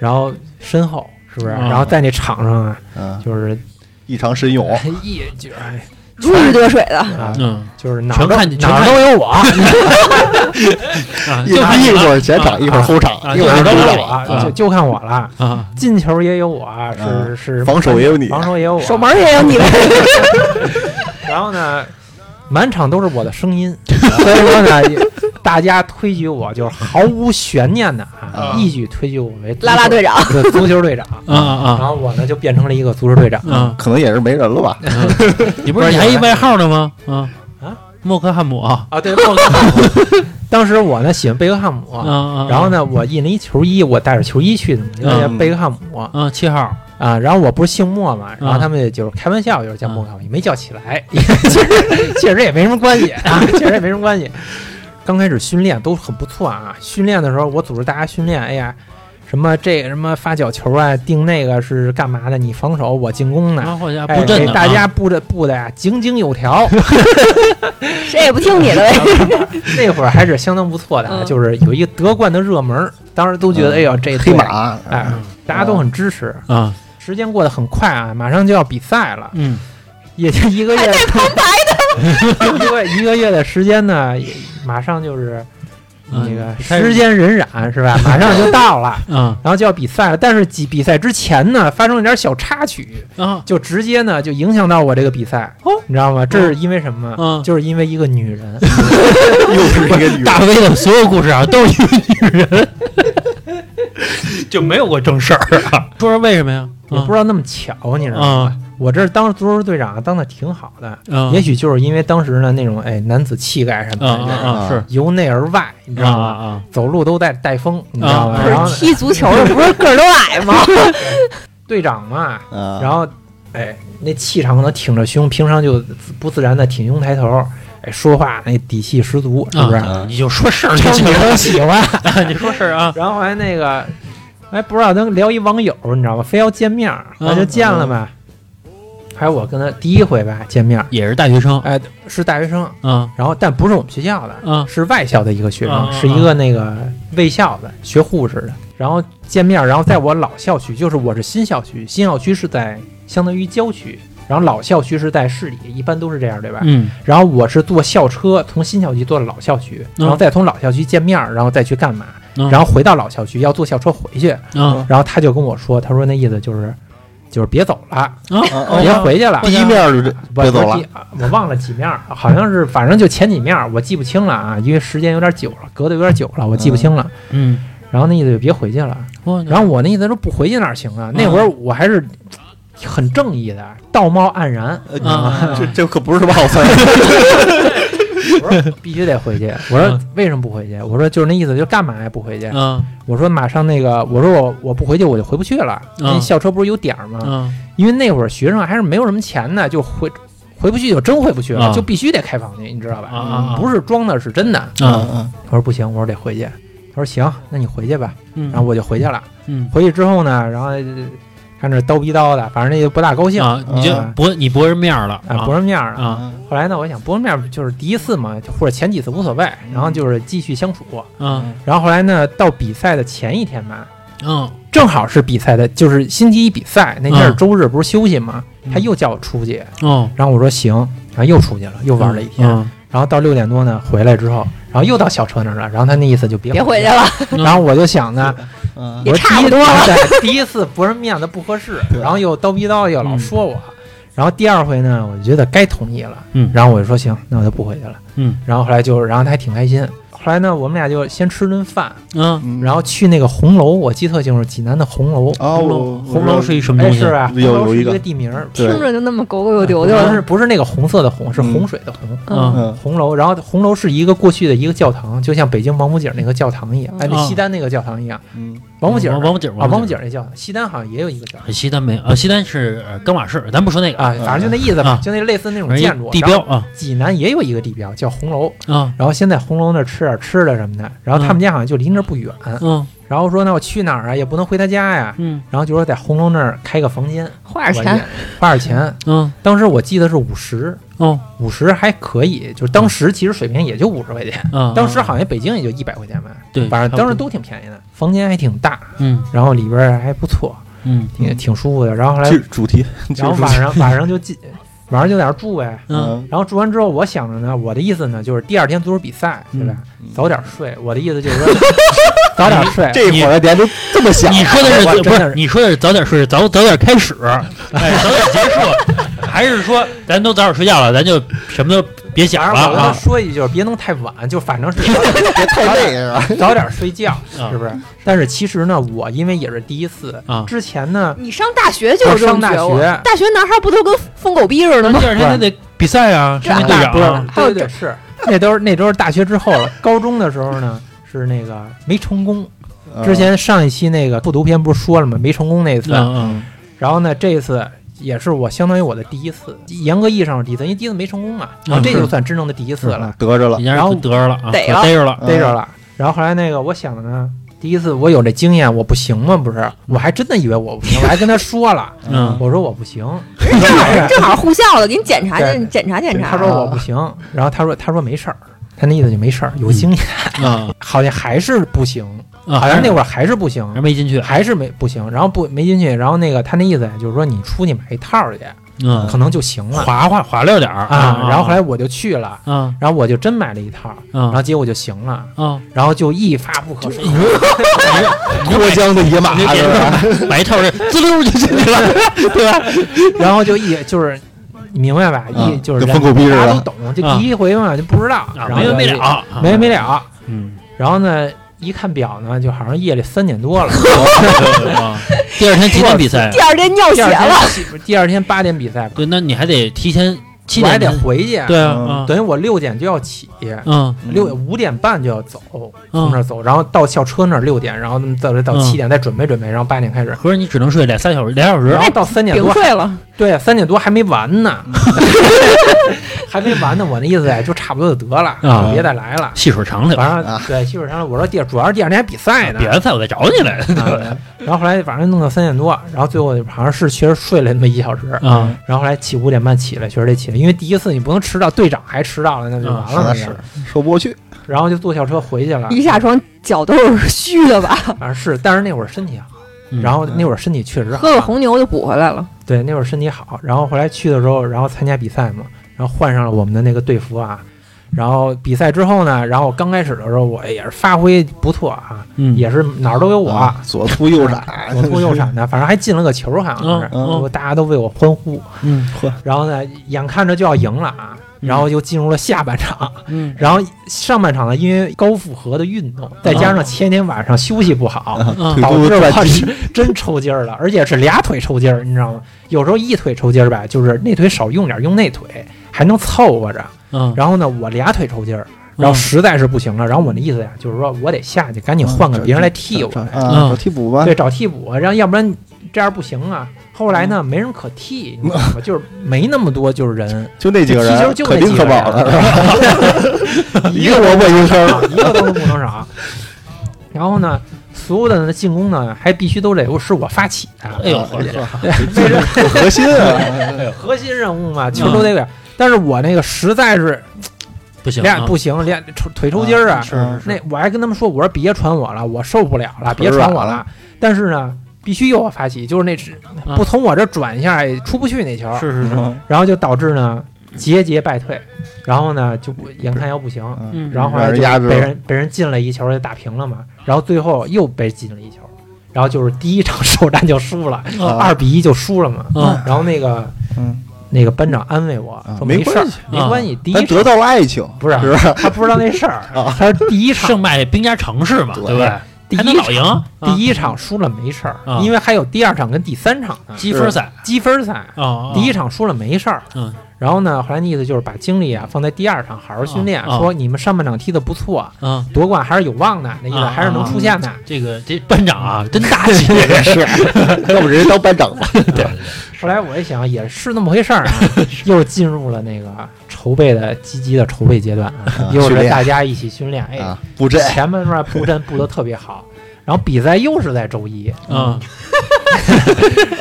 Speaker 5: 然后深厚是不是？
Speaker 2: 嗯
Speaker 5: 然后在那场上啊，
Speaker 3: 嗯，
Speaker 5: 就是
Speaker 3: 异常神勇，
Speaker 5: 一就是哎
Speaker 4: 如鱼得水的，
Speaker 5: 啊，
Speaker 2: 嗯
Speaker 5: 就是哪
Speaker 2: 全
Speaker 5: 儿都
Speaker 2: 看见
Speaker 5: 哪儿
Speaker 2: 全看
Speaker 5: 都 有我，
Speaker 2: 啊，
Speaker 3: 一
Speaker 2: 就
Speaker 3: 一
Speaker 2: 你
Speaker 3: 会儿前场，一会儿后场
Speaker 2: 啊，
Speaker 3: 一
Speaker 5: 就
Speaker 3: 会儿
Speaker 5: 哪儿
Speaker 3: 中
Speaker 5: 都有
Speaker 3: 场，
Speaker 2: 嗯
Speaker 5: 我，就就看我了。
Speaker 2: 啊，
Speaker 5: 进球也有我，
Speaker 3: 嗯
Speaker 5: 是是
Speaker 3: 防守也有你
Speaker 5: 防守也有我，
Speaker 4: 守门儿也有你 呗。
Speaker 5: 然后呢，满场都是我的声音， 所以说呢，也大家推举我就是毫无悬念的啊
Speaker 3: 啊，
Speaker 5: 一举推举我为足球
Speaker 4: 啦啦队长，
Speaker 5: 对足球队长。
Speaker 2: 啊啊
Speaker 5: 然！后我呢就变成了一个足球队长，
Speaker 2: 啊，
Speaker 3: 可能也是没人了吧？
Speaker 2: 你不是你还一外号呢吗？啊
Speaker 5: 啊，
Speaker 2: 莫克汉姆啊
Speaker 5: 啊，对，莫克汉姆。 当时我呢喜欢贝克汉姆，
Speaker 2: 啊啊！
Speaker 5: 然后呢，我印了一球衣，我带着球衣去的嘛，就叫
Speaker 3: 嗯
Speaker 5: 贝克汉姆
Speaker 2: 啊，七号
Speaker 5: 啊。然后我不是姓莫嘛，然后
Speaker 2: 嗯
Speaker 5: 他们就是开玩笑，就是叫莫克汉姆，也没叫起来， 其实确实也没什么关 系啊，确实也没什么关系。刚开始训练都很不错啊，训练的时候我组织大家训练，哎呀，什么这个什么发角球啊，定那个是干嘛的？你防守，我进攻呢。
Speaker 2: 啊，或者
Speaker 5: 哎
Speaker 2: 布阵啊
Speaker 5: 给
Speaker 2: 的
Speaker 5: 大家布的布的呀，井井有条，
Speaker 4: 谁也不听你的呗。
Speaker 5: 那会儿还是相当不错的啊，
Speaker 4: 嗯
Speaker 5: 就是有一个德冠的热门儿，当时都觉得，
Speaker 3: 嗯
Speaker 5: 哎呦，这
Speaker 3: 黑
Speaker 5: 队，
Speaker 3: 马，啊
Speaker 5: 哎，
Speaker 2: 嗯
Speaker 5: 大家都很支持。
Speaker 2: 啊，
Speaker 5: 时间过得很快啊，马上就要比赛了，
Speaker 2: 嗯
Speaker 5: 也就一个月， 一个一个月的时间呢，也马上就是
Speaker 2: 嗯
Speaker 5: 那个
Speaker 2: 开始
Speaker 5: 时间荏苒是吧？马上就到了，
Speaker 2: 啊
Speaker 5: 然后就要比赛了。但是比比赛之前呢，发生了点小插曲，
Speaker 2: 啊
Speaker 5: 就直接呢就影响到我这个比赛，你知道吗？这是因为什么？
Speaker 2: 嗯
Speaker 5: 就是因为一个女人。
Speaker 3: 又是一个女
Speaker 2: 大飞的所有故事啊，都 是因为女 人，就没有过正事儿啊。说说为什么呀？
Speaker 5: 也不知道那么巧，你知道吗？我这当足球队长当的挺好的，
Speaker 2: 道
Speaker 5: 也许就是因为当时呢那种哎男子气概什么
Speaker 2: 啊
Speaker 5: 的，
Speaker 2: 啊啊是
Speaker 5: 由内而外，你知
Speaker 2: 啊啊
Speaker 5: 道吗？
Speaker 2: 啊
Speaker 5: 走路都带带风，你知道吗？
Speaker 4: 嗯
Speaker 2: 啊
Speaker 5: 然后呢
Speaker 4: 踢足球的 不是个儿都矮吗？
Speaker 5: 队长嘛，
Speaker 3: 啊，
Speaker 5: 然后哎那气场可能挺着胸，平常就不自然的挺胸抬头，哎说话那底气十足，是不嗯是？
Speaker 2: 啊！你就说事儿就
Speaker 5: 招
Speaker 2: 行
Speaker 5: 女生喜欢。
Speaker 2: 了，你说事儿 啊
Speaker 5: 然后后来那个，哎，不知道咱聊一网友，你知道吗？非要见面儿，那就见了呗。还有我跟他第一回吧见面儿，
Speaker 2: 也是大学生
Speaker 5: 哎，是大学生，
Speaker 2: 啊
Speaker 5: 然后但不是我们学校的，
Speaker 2: 啊
Speaker 5: 是外校的一个学
Speaker 2: 啊啊啊
Speaker 5: 生，是一个那个卫校的，学护士的。然后见面儿，然后在我老校区，就是我是新校区，新校区是在相当于郊区，然后老校区是在市里，一般都是这样，对吧？
Speaker 2: 嗯
Speaker 5: 然后我是坐校车从新校区坐到老校区，然后再从老校区见面儿，然后再去干嘛？
Speaker 2: 嗯
Speaker 5: 然后回到老校区要坐校车回去。
Speaker 2: 啊
Speaker 5: 然后他就跟我说，他说那意思就是，就是别走了，
Speaker 3: 啊
Speaker 2: 哦
Speaker 5: 别回去了。
Speaker 3: 第一面就这
Speaker 5: 我
Speaker 3: 别走了，
Speaker 5: 我忘了几面儿，好像是反正就前几面儿，我记不清了啊，因为时间有点久了，隔得有点久了，我记不清了。
Speaker 2: 嗯，啊
Speaker 5: 然后那意思就别回去了。
Speaker 3: 嗯
Speaker 5: 然后我那意思说不回去哪儿行啊？那会儿我还是很正义的，道貌岸然，
Speaker 2: 啊
Speaker 3: 呃这这可不是什么好词儿，
Speaker 5: 我
Speaker 3: 嗯
Speaker 5: 说必须得回去。我说为什么不回去？我说就是那意思，就干嘛呀不回去？
Speaker 3: 嗯
Speaker 2: 啊
Speaker 5: 我说马上那个，我说我我不回去我就回不
Speaker 3: 嗯
Speaker 5: 去了。那校车不是有点儿吗？
Speaker 2: 啊
Speaker 5: 因为那会儿学生还是没有什么钱的，就回回不去就真回不去了，
Speaker 2: 啊
Speaker 5: 就必须得开房去，你知道吧？
Speaker 2: 啊啊啊
Speaker 5: 嗯不是装的，是真的。
Speaker 2: 啊，
Speaker 3: 嗯嗯
Speaker 5: 我说不行，我说得回去。他说行，那你回去吧。
Speaker 2: 嗯，
Speaker 5: 然后我就回去了。
Speaker 2: 嗯
Speaker 5: 回去之后呢，然后呃看这叨逼叨的，反正那就不大高兴
Speaker 2: 啊，你就
Speaker 5: 啊
Speaker 2: 博你博人面儿了
Speaker 5: 啊，驳着面儿啊。
Speaker 2: 啊
Speaker 3: 嗯
Speaker 5: 后来呢，我想驳着面儿就是第一次嘛，或者前几次无所谓，然后就是继续相处。
Speaker 2: 啊
Speaker 5: 然后后来呢，到比赛的前一天吧，
Speaker 2: 嗯
Speaker 5: 正好是比赛的，就是星期一比赛那天是
Speaker 2: 嗯
Speaker 5: 周日，不是休息嘛，
Speaker 2: 嗯
Speaker 5: 他又叫我出去，
Speaker 2: 哦，
Speaker 5: 然后我说行，然后又出去了，又玩了一天，
Speaker 2: 嗯
Speaker 5: 然后到六点多呢回来之后，然后又到小车那儿了，然后他那意思就别
Speaker 4: 别回
Speaker 5: 去
Speaker 4: 去了，
Speaker 2: 嗯
Speaker 5: 然后我就想呢，
Speaker 3: 嗯
Speaker 5: 我
Speaker 4: 也
Speaker 5: 说
Speaker 4: 差
Speaker 5: 第
Speaker 4: 不
Speaker 5: 一
Speaker 4: 多了。
Speaker 5: 对， 第一次不是面子不合适，
Speaker 3: 对
Speaker 5: 然后又叨逼叨又老
Speaker 2: 嗯
Speaker 5: 说我，然后第二回呢，我觉得该同意了，
Speaker 2: 嗯
Speaker 5: 然后我就说行，那我就不回去了，
Speaker 2: 嗯，
Speaker 5: 然后后来就，然后他还挺开心。后来呢，我们俩就先吃顿饭，
Speaker 2: 嗯，
Speaker 3: 嗯
Speaker 5: 然后去那个红楼，我记特清楚，济南的红楼，
Speaker 3: 哦，
Speaker 2: 红楼
Speaker 3: 我
Speaker 2: 红楼是一什么
Speaker 5: 哎，
Speaker 2: 东西？
Speaker 5: 是吧？
Speaker 3: 有
Speaker 5: 红楼
Speaker 3: 有
Speaker 5: 是
Speaker 3: 一
Speaker 5: 一
Speaker 3: 个
Speaker 5: 个地名儿，
Speaker 3: 对
Speaker 4: 听着就那么狗狗又丢丢
Speaker 5: 不是
Speaker 4: 的。
Speaker 5: 不是那个红色的红，是
Speaker 3: 嗯
Speaker 5: 洪水的洪。
Speaker 2: 嗯
Speaker 3: 嗯
Speaker 5: 红楼，然后红楼是一个过去的一个教堂，就像北京王府井那个教堂一样，哎，那
Speaker 2: 啊
Speaker 5: 西单那个教堂一样，
Speaker 3: 嗯
Speaker 5: 王府井儿
Speaker 2: 王府井
Speaker 5: 啊，王府
Speaker 2: 井
Speaker 5: 井那教堂，西单好像也有一个教堂
Speaker 2: 西单没啊，西单是呃钢瓦市，咱不说那个，
Speaker 5: 啊，反正就那意思吧
Speaker 2: 啊，
Speaker 5: 就那类似那种
Speaker 2: 反
Speaker 5: 建
Speaker 2: 正
Speaker 5: 筑。
Speaker 2: 地标，啊
Speaker 5: 济南也有一个地标叫红楼，
Speaker 2: 啊
Speaker 5: 然后先在红楼那儿吃点吃的什么的，然后他们家好像就离那儿不远，
Speaker 2: 嗯
Speaker 5: 然后说那我去哪儿啊，也不能回他家呀，
Speaker 2: 嗯
Speaker 5: 然后就说在红楼那儿开个房间，
Speaker 4: 花点
Speaker 5: 我
Speaker 4: 钱
Speaker 5: 也，花点钱，
Speaker 2: 嗯
Speaker 5: 当时我记得是五十，
Speaker 2: 哦
Speaker 5: 五十还可以，就是
Speaker 2: 嗯
Speaker 5: 当时其实水平也就五十块钱，
Speaker 2: 啊，
Speaker 5: 当时好像北京也就一百块钱吧，
Speaker 2: 对，
Speaker 5: 反正当
Speaker 2: 差
Speaker 5: 时
Speaker 2: 不多
Speaker 5: 都挺便宜的，房间还挺大，
Speaker 2: 嗯
Speaker 5: 然后里边儿还不错，
Speaker 2: 嗯
Speaker 5: 挺挺舒服的。然后后来
Speaker 3: 其，实主题，
Speaker 5: 然后
Speaker 3: 其实主
Speaker 5: 晚
Speaker 3: 题
Speaker 5: 上晚上就进，晚上就在那儿住呗。
Speaker 2: 嗯
Speaker 5: 然后住完之后，我想着呢，我的意思呢，就是第二天足球比赛，对吧？早点睡。我的意思就是说，早点睡。
Speaker 3: 这
Speaker 2: 你
Speaker 3: 会儿点就这么想，
Speaker 2: 你说的
Speaker 5: 我
Speaker 2: 是
Speaker 5: 真
Speaker 2: 不
Speaker 5: 的
Speaker 2: 是？
Speaker 5: 是
Speaker 2: 你说的是早点睡，早早点开始， 哎，早点结束，还是说咱都早点睡觉了，咱就什么都别
Speaker 5: 反
Speaker 2: 想
Speaker 5: 正
Speaker 2: 了
Speaker 5: 我跟他
Speaker 2: 啊？
Speaker 5: 说一句，就是别弄太晚，就反正是早点
Speaker 3: 别太累是吧？
Speaker 5: 早点睡觉，
Speaker 2: 啊
Speaker 5: 是不是？但是其实呢，我因为也是第一次
Speaker 2: 啊，
Speaker 5: 之前呢，
Speaker 4: 你上大学就有这种
Speaker 5: 我上大
Speaker 4: 觉悟
Speaker 5: 学，
Speaker 4: 大学男孩不都跟疯狗逼似的
Speaker 2: 那
Speaker 4: 吗
Speaker 2: 第？二天他得比赛啊，是
Speaker 4: 这
Speaker 2: 那队
Speaker 5: 不是
Speaker 2: 长啊，，
Speaker 5: 对对对，是那都是那都是大学之后了。 高中的时候呢，是那个没成功。
Speaker 3: 啊
Speaker 5: 之
Speaker 3: 嗯
Speaker 5: 前上一期那个复读篇不是说了吗？没成功那次，
Speaker 2: 嗯
Speaker 5: 然后呢，这一次也是我相当于我的第一次，严格意义上是第一次，因为第一次没成功嘛，然后这就算真正的第一次了，
Speaker 3: 得着
Speaker 2: 嗯，
Speaker 3: 了
Speaker 2: 你，家人得着了啊，
Speaker 4: 逮
Speaker 2: 可
Speaker 4: 了
Speaker 2: 逮着了，
Speaker 5: 逮着了。然后后来那个我想的呢，第一次我有这经验，我不行吗？不是，我还真的以为我不行，我还跟他说了，
Speaker 2: 嗯
Speaker 5: 我说我不行，
Speaker 4: 正好正好护校的，给你检查
Speaker 5: 对
Speaker 4: 检检查检
Speaker 5: 他
Speaker 4: 查。
Speaker 5: 说
Speaker 2: 啊
Speaker 5: 我不行，然后他说他说没事儿，他那意思就没事儿，有经验，
Speaker 2: 啊
Speaker 5: 好像还是不行，
Speaker 2: 啊，
Speaker 5: 好像那
Speaker 2: 会
Speaker 5: 会儿还是不行
Speaker 2: 嗯还。没进去，
Speaker 5: 还是没不行，然后不没进去，然后那个他那意思就是说你出去买一套去，
Speaker 2: 嗯，
Speaker 5: 可能就行了
Speaker 2: 划划划溜点儿
Speaker 5: 啊。然后后来我就去了，
Speaker 2: 啊
Speaker 5: 然后我就真买了一套，然
Speaker 2: 啊
Speaker 5: 后结果就行了，
Speaker 2: 啊，
Speaker 5: 然后就一发不可收拾。
Speaker 2: 嗯
Speaker 3: 脱缰的野马
Speaker 2: 你就是
Speaker 3: 吧？
Speaker 2: 买一套这滋溜就进去了，
Speaker 5: 然后就一就是，你明白吧？
Speaker 3: 啊
Speaker 5: 一就是
Speaker 3: 就
Speaker 5: 人
Speaker 3: 疯狗逼似的
Speaker 5: 大家都懂，就
Speaker 2: 啊
Speaker 5: 第一回嘛就不知道，
Speaker 2: 啊
Speaker 5: 然后
Speaker 2: 没完没
Speaker 5: 就
Speaker 2: 了，啊
Speaker 5: 没完 没了。
Speaker 2: 嗯，
Speaker 5: 然后呢，一看表呢，就好像夜里三点多了。
Speaker 2: 啊第二天几点比赛
Speaker 4: 第？二天尿
Speaker 5: 第
Speaker 4: 血
Speaker 5: 二
Speaker 4: 了，
Speaker 5: 天第二天八点比赛，
Speaker 2: 对，那你还得提前七
Speaker 5: 我
Speaker 2: 点
Speaker 5: 还得回去，
Speaker 2: 对啊
Speaker 3: 嗯
Speaker 2: 啊，
Speaker 5: 等于我六点就要起。
Speaker 2: 嗯
Speaker 5: 六五点半就要走，从那
Speaker 2: 嗯，
Speaker 5: 儿走，然后到校车那儿六点，然后到到七点再准备准备，然后八点开始，
Speaker 2: 合着你只能睡俩仨小时，俩小哎时
Speaker 5: 然后到三点
Speaker 4: 顶
Speaker 5: 多
Speaker 4: 睡了。
Speaker 5: 对，啊三点多还没完呢，还没完呢。我那意思哎，就差不多就得了，
Speaker 2: 啊
Speaker 5: 别再来了。
Speaker 2: 细水长流，
Speaker 5: 反正
Speaker 3: 啊
Speaker 5: 对，媳妇上我说第二，主要是第二天还比赛呢
Speaker 2: 比。完赛我再找你来
Speaker 5: 啊然后后来反正弄到三点多，然后最后好像是确实睡了那么一小时，
Speaker 2: 啊，
Speaker 5: 然后后来起五点半起来，确实得起来，因为第一次你不能迟到，队长还迟到了，那就
Speaker 2: 啊
Speaker 5: 完了。
Speaker 3: 那
Speaker 5: 那
Speaker 3: 是说不过去，
Speaker 5: 然后就坐校车回去了，
Speaker 4: 一下床脚都是虚的吧？
Speaker 5: 反正是，但是那会儿身体好，
Speaker 2: 嗯
Speaker 5: 然后那会儿身体确实好
Speaker 4: 喝，个红牛就补回来了。
Speaker 5: 对，那会儿身体好，然后回来去的时候，然后参加比赛嘛，然后换上了我们的那个队服啊。然后比赛之后呢，然后刚开始的时候我也是发挥不错啊，
Speaker 2: 嗯
Speaker 5: 也是哪儿都有我，
Speaker 3: 啊左突右闪，
Speaker 5: 嗯左突右闪的，反正还进了个球，好像是，
Speaker 3: 嗯嗯
Speaker 5: 我大家都为我欢呼。
Speaker 2: 嗯
Speaker 5: 然后呢，眼看着就要赢了啊，
Speaker 3: 嗯
Speaker 5: 然后又进入了下半场。
Speaker 2: 嗯
Speaker 5: 然后上半场呢，因为高负荷的运动，再加
Speaker 3: 嗯
Speaker 5: 上前天晚上休息不好，
Speaker 2: 嗯
Speaker 3: 腿
Speaker 5: 导
Speaker 3: 都
Speaker 5: 致
Speaker 3: 转
Speaker 5: 我
Speaker 3: 地，
Speaker 5: 是真抽筋儿了，而且是俩腿抽筋儿，你知道吗？有时候一腿抽筋儿吧，就是那腿少用点儿，用那腿还能凑合着。
Speaker 2: 嗯，
Speaker 5: 然后呢，我俩腿抽筋儿，然后
Speaker 3: 嗯
Speaker 5: 实在是不行了，然后我那意思呀，就是说我得下去，赶紧换个别人来替我，嗯
Speaker 3: 啊，我替补吧
Speaker 5: 对，，找替补，然后要不然这样不行啊。后来呢，没人可替，你知道吗？就是没那么多就是 人，
Speaker 3: 就那几个
Speaker 5: 踢球
Speaker 3: 人
Speaker 5: 就
Speaker 3: 肯
Speaker 5: 那
Speaker 3: 定
Speaker 5: 几个
Speaker 3: 可
Speaker 5: 人
Speaker 3: 饱了，是吧？一个萝卜一个坑儿，
Speaker 5: 啊一个都不能少。然后呢，所有的进攻呢，还必须都得是我发起的。啊
Speaker 2: 哎呦，
Speaker 5: 为什
Speaker 3: 有核心啊，
Speaker 5: 核心任务嘛，球都得给。但是我那个实在是
Speaker 2: 不行，
Speaker 5: 练
Speaker 2: 啊
Speaker 5: 不行，练腿腿抽筋儿啊。
Speaker 3: 是是
Speaker 5: 那我还跟他们说，我说别传我了，我受不了了，别传我了。但是呢，必须由我发起，就是那只
Speaker 2: 啊
Speaker 5: 不从我这转一下也出不去那球，
Speaker 2: 是是是，
Speaker 3: 嗯
Speaker 5: 然后就导致呢节节败退，然后呢就不眼看要不行，
Speaker 3: 嗯
Speaker 2: 嗯，
Speaker 5: 然后后
Speaker 3: 让
Speaker 5: 来
Speaker 3: 人
Speaker 5: 就
Speaker 3: 压制
Speaker 5: 被
Speaker 3: 了
Speaker 5: 人被人进了一球就打平了嘛，然后最后又被进了一球，然后就是第一场 首战就输了，
Speaker 3: 啊
Speaker 5: 二比一就输了嘛。
Speaker 2: 啊
Speaker 5: 然后那个
Speaker 3: 嗯
Speaker 5: 那个班长安慰我
Speaker 3: 啊
Speaker 5: 说
Speaker 3: 没
Speaker 5: 事
Speaker 3: 关
Speaker 5: 儿
Speaker 3: 系，
Speaker 5: 没
Speaker 2: 啊
Speaker 5: 关系，第一
Speaker 3: 咱
Speaker 5: 场啊
Speaker 3: 得到了爱情，
Speaker 5: 不是
Speaker 3: 是啊不是？
Speaker 5: 他不知道那事儿，他第一场
Speaker 2: 胜败兵家常事嘛，
Speaker 3: 对
Speaker 2: 对不对？
Speaker 5: 第
Speaker 2: 还能
Speaker 5: 一
Speaker 2: 老赢
Speaker 5: 场，第
Speaker 2: 一
Speaker 5: 一场输了没事儿
Speaker 2: 啊，
Speaker 5: 因为还有第二场跟第三场呢，
Speaker 2: 积分赛
Speaker 5: 积分赛。
Speaker 2: 啊，
Speaker 5: 第一
Speaker 2: 场
Speaker 5: 场输了没事儿，
Speaker 2: 嗯，
Speaker 5: 然后呢，怀恩的意思就是把精力啊放在第二场好好训练，
Speaker 2: 啊啊
Speaker 5: 说你们上半场踢的不错，
Speaker 2: 啊，
Speaker 5: 夺冠还是有望的，那意思
Speaker 2: 啊
Speaker 5: 还是能出现的。
Speaker 2: 这个这班长啊，真大 气，
Speaker 3: 是，要不人家当班长吧？
Speaker 2: 对对，
Speaker 5: 后来我一想，也是那么回事儿啊，又进入了那个筹备的积极的筹备阶段啊， 又
Speaker 3: 训
Speaker 5: 是
Speaker 3: 练
Speaker 5: 大家一起训练，哎
Speaker 3: 啊，，布阵
Speaker 5: 前面那布阵布的特别好，然后比赛又是在周一，嗯
Speaker 2: 啊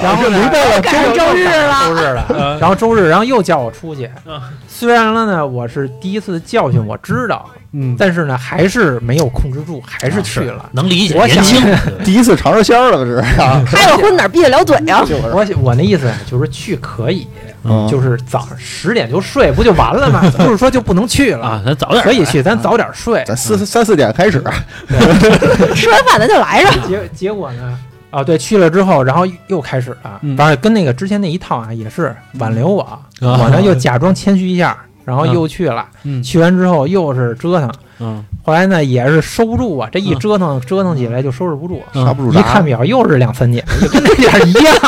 Speaker 5: 然后呢，
Speaker 4: 赶上周日了，
Speaker 5: 周日
Speaker 2: 啊
Speaker 5: 了，然后周日，然后又叫我出去
Speaker 2: 嗯。
Speaker 5: 虽然了呢，我是第一次教训，我知道，
Speaker 2: 嗯，啊
Speaker 5: 但是呢，还是没有控制住，还是去了。
Speaker 2: 能理解，
Speaker 5: 我
Speaker 2: 年
Speaker 5: 想
Speaker 2: 轻，
Speaker 3: 第一次尝着鲜儿了，这是啊，
Speaker 4: 开个荤哪儿闭得了嘴 啊？
Speaker 3: 就是
Speaker 5: 我我那意思就是去可以，
Speaker 3: 嗯
Speaker 5: 就是早上十点就睡，不就完 了吗？就是说就不能去 了，
Speaker 2: 啊，咱早点
Speaker 5: 可以去，咱早点睡。
Speaker 3: 咱四三四点开始，
Speaker 4: 吃完饭咱就来上。
Speaker 5: 结结果呢？啊，对，去了之后，然后又开始了，
Speaker 2: 嗯
Speaker 5: 反正跟那个之前那一套啊，也是挽留我，
Speaker 2: 啊
Speaker 5: 我呢又假装谦虚一下，然后
Speaker 2: 嗯
Speaker 5: 又去了，
Speaker 2: 嗯
Speaker 5: 去完之后又是折腾，
Speaker 2: 嗯
Speaker 5: 后来呢也是收不住啊，这一
Speaker 2: 嗯
Speaker 5: 折腾、折腾起来就收拾不住，
Speaker 3: 刹不
Speaker 5: 嗯
Speaker 3: 住
Speaker 5: 一看
Speaker 3: 闸，
Speaker 5: 表又是两三点，就跟那点儿 一样。